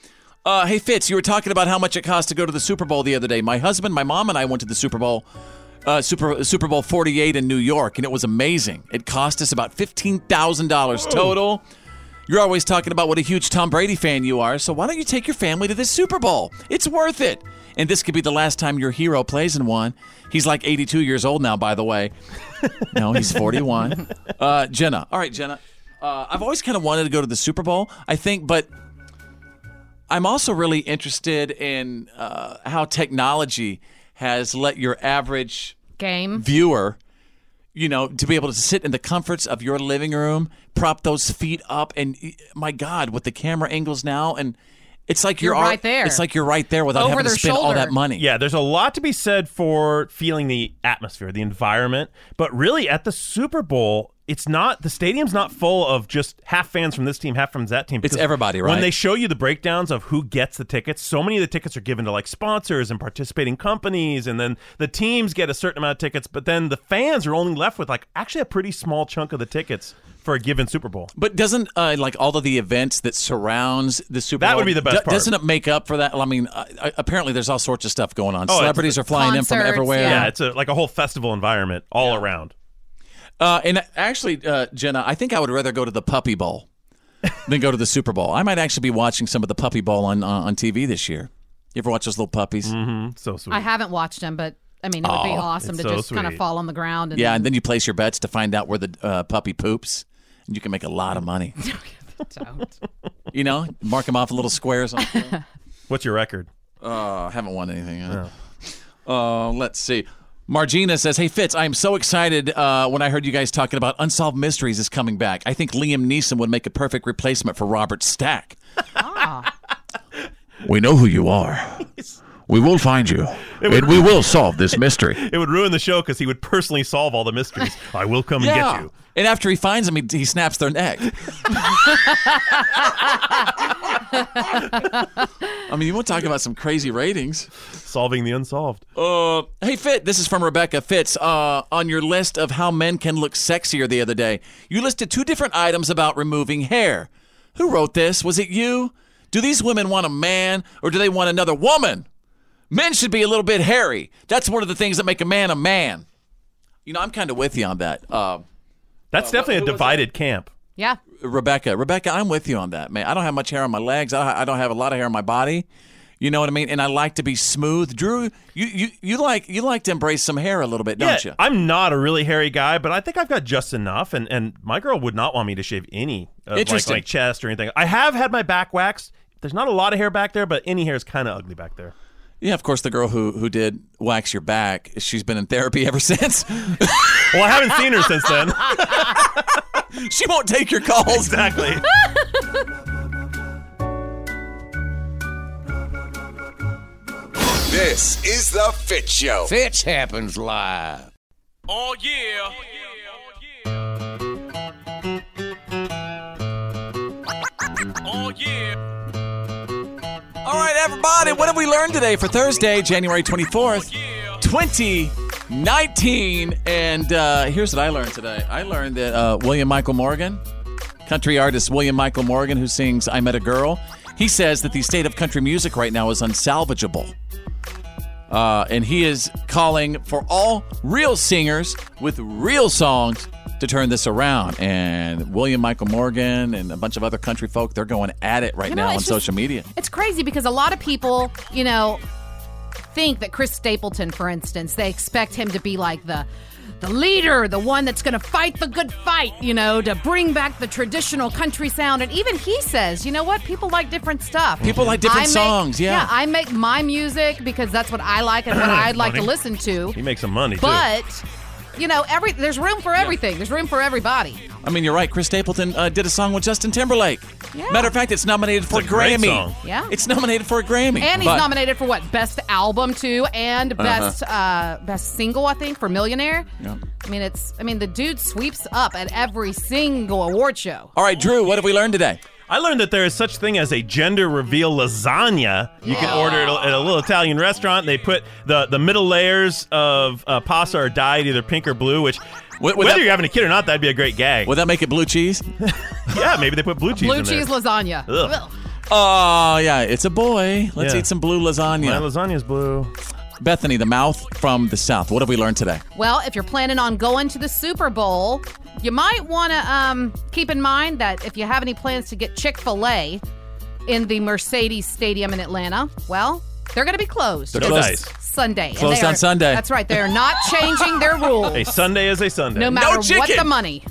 Uh, hey Fitz, you were talking about how much it costs to go to the Super Bowl the other day. My husband, my mom, and I went to the Super Bowl, uh, Super Super Bowl 48 in New York, and it was amazing. It cost us about fifteen thousand dollars total. You're always talking about what a huge Tom Brady fan you are, so why don't you take your family to the Super Bowl? It's worth it. And this could be the last time your hero plays in one. He's like 82 years old now, by the way. No, he's 41. Uh, Jenna. All right, Jenna. Uh, I've always kind of wanted to go to the Super Bowl, I think, but I'm also really interested in uh, how technology has let your average
Game.
viewer, you know, to be able to sit in the comforts of your living room, prop those feet up, and y- my God, with the camera angles now, and it's like you're,
You're
al-
right there.
It's like you're right there without
Over
having to
their
spend all
shoulder.
that money.
Yeah, there's a lot to be said for feeling the atmosphere, the environment, but really at the Super Bowl, it's not the stadium's not full of just half fans from this team, half from that team.
It's
because
everybody,
When
right?
they show you the breakdowns of who gets the tickets, so many of the tickets are given to like sponsors and participating companies, and then the teams get a certain amount of tickets, but then the fans are only left with like actually a pretty small chunk of the tickets for a given Super Bowl.
But doesn't uh, like all of the events that surrounds the Super
That
Bowl
would be the best
do-
part.
Doesn't it make up for that? I mean, uh, apparently there's all sorts of stuff going on.
Oh, it's-
Celebrities are flying in from everywhere.
Yeah, it's a, like a whole festival environment all around.
Uh, and actually, uh, Jenna, I think I would rather go to the Puppy Bowl than go to the Super Bowl. I might actually be watching some of the Puppy Bowl on uh, on, on TV this year. You ever watch those little puppies?
Mm-hmm. So sweet.
I haven't watched them, but I mean, it would be
Aw,
awesome to
it's so
just kind of
sweet.
fall on the ground. And
yeah, and then you place your bets to find out where the uh, puppy poops, and you can make a lot of money. You know, mark them off in little squares. On
What's your record?
Uh, I haven't won anything. huh? Uh, let's see. Margina says, "Hey Fitz, I am so excited uh, when I heard you guys talking about Unsolved Mysteries is coming back. I think Liam Neeson would make a perfect replacement for Robert Stack.
"Ah."
We know who you are. We will find you,
and we
will solve this mystery."
It would ruin the show because he would personally solve all the mysteries. I will come and get you.
And after he finds them, he, he snaps their neck. I mean, you want to talk about some crazy ratings?
Solving the unsolved.
Uh, hey, Fit, this is from Rebecca Fitz. Uh, on your list of how men can look sexier the other day, you listed two different items about removing hair. Who wrote this? Was it you? Do these women want a man or do they want another woman? Men should be a little bit hairy. That's one of the things that make a man a man. You know, I'm kind of with you on that. Uh,
That's definitely a divided camp.
yeah.
Rebecca, Rebecca, I'm with you on that, man. I don't have much hair on my legs. I, I don't have a lot of hair on my body. You know what I mean? And I like to be smooth. Drew, you, you, you like you like to embrace some hair a little bit, don't
yeah,
you?
I'm not a really hairy guy, but I think I've got just enough. And, and my girl would not want me to shave any of like,
Interesting.
like chest or anything. I have had my back waxed. There's not a lot of hair back there, but any hair is kind of ugly back there.
Yeah, of course. The girl who who did wax your back, she's been in therapy ever since.
well, I haven't seen her since then.
she won't take your calls.
Exactly.
This is the Fit Show.
Fitch happens live.
Oh yeah.
Oh yeah.
All right, everybody, what have we learned today for Thursday, January twenty fourth, twenty nineteen? And uh, here's what I learned today. I learned that uh, William Michael Morgan, country artist William Michael Morgan, who sings "I Met a Girl," he says that the state of country music right now is unsalvageable. Uh, and he is calling for all real singers with real songs to turn this around. And William Michael Morgan and a bunch of other country folk, they're going at it right
You know,
now on
it's just-
social media.
It's crazy because a lot of people, you know, think that Chris Stapleton, for instance, they expect him to be like the the leader, the one that's going to fight the good fight, you know, to bring back the traditional country sound. And even he says, you know what? People like different stuff.
People like different
I make-
songs, yeah.
Yeah, I make my music because that's what I like and what I'd like to
Funny.
listen to.
He makes some money, too.
But you know, every there's room for everything. There's room for everybody.
I mean, you're right. Chris Stapleton uh, did a song with Justin Timberlake.
Yeah.
Matter of fact, it's nominated for
a
Grammy.
great song.
Yeah.
It's nominated for a Grammy.
And he's
But
nominated for what? Best album too, and
Uh-huh.
best uh, best single, I think, for Millionaire.
Yeah.
I mean, it's I mean, the dude sweeps up at every single award show.
All right, Drew, what have we learned today?
I learned that there is such thing as a gender reveal lasagna. You can
Oh.
order it at a little Italian restaurant. They put the, the middle layers of uh, pasta are dyed either pink or blue, which whether
that-
you're having a kid or not, that'd be a great gag. Would
that make it blue cheese?
yeah, maybe they put blue cheese.
Blue
in there.
cheese lasagna.
Ugh.
Ugh.
Oh, yeah, it's a boy. Let's
Yeah.
eat some blue lasagna.
My lasagna's blue.
Bethany, the mouth from the south. What have we learned today?
Well, if you're planning on going to the Super Bowl, you might want to um, keep in mind that if you have any plans to get Chick Fil A in the Mercedes Stadium in Atlanta, well, they're going to be closed.
They're
It's
closed.
Sunday. And
Closed
they
on
are-
Sunday.
That's right. They're not changing their rules.
A Sunday is a Sunday.
No matter what the money.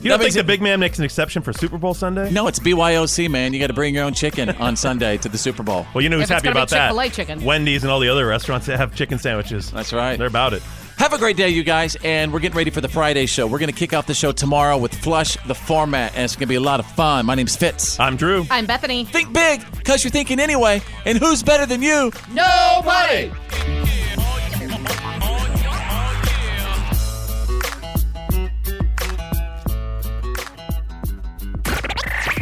You don't think the big man makes an exception for Super Bowl Sunday?
No, it's BYOC, man. You got to bring your own chicken on Sunday to the Super Bowl.
Well, you know
If
who's
it's
happy
gonna be
about that?
Chick-fil-A chicken.
Wendy's and all the other restaurants that have chicken sandwiches. That's
right.
They're about it.
Have a great day, you guys, and we're getting ready for the Friday show. We're going to kick off the show tomorrow with Flush the Format, and it's going to be a lot of fun. My name's Fitz.
I'm Drew.
I'm Bethany.
Think big, because you're thinking anyway, and who's better than you?
Nobody!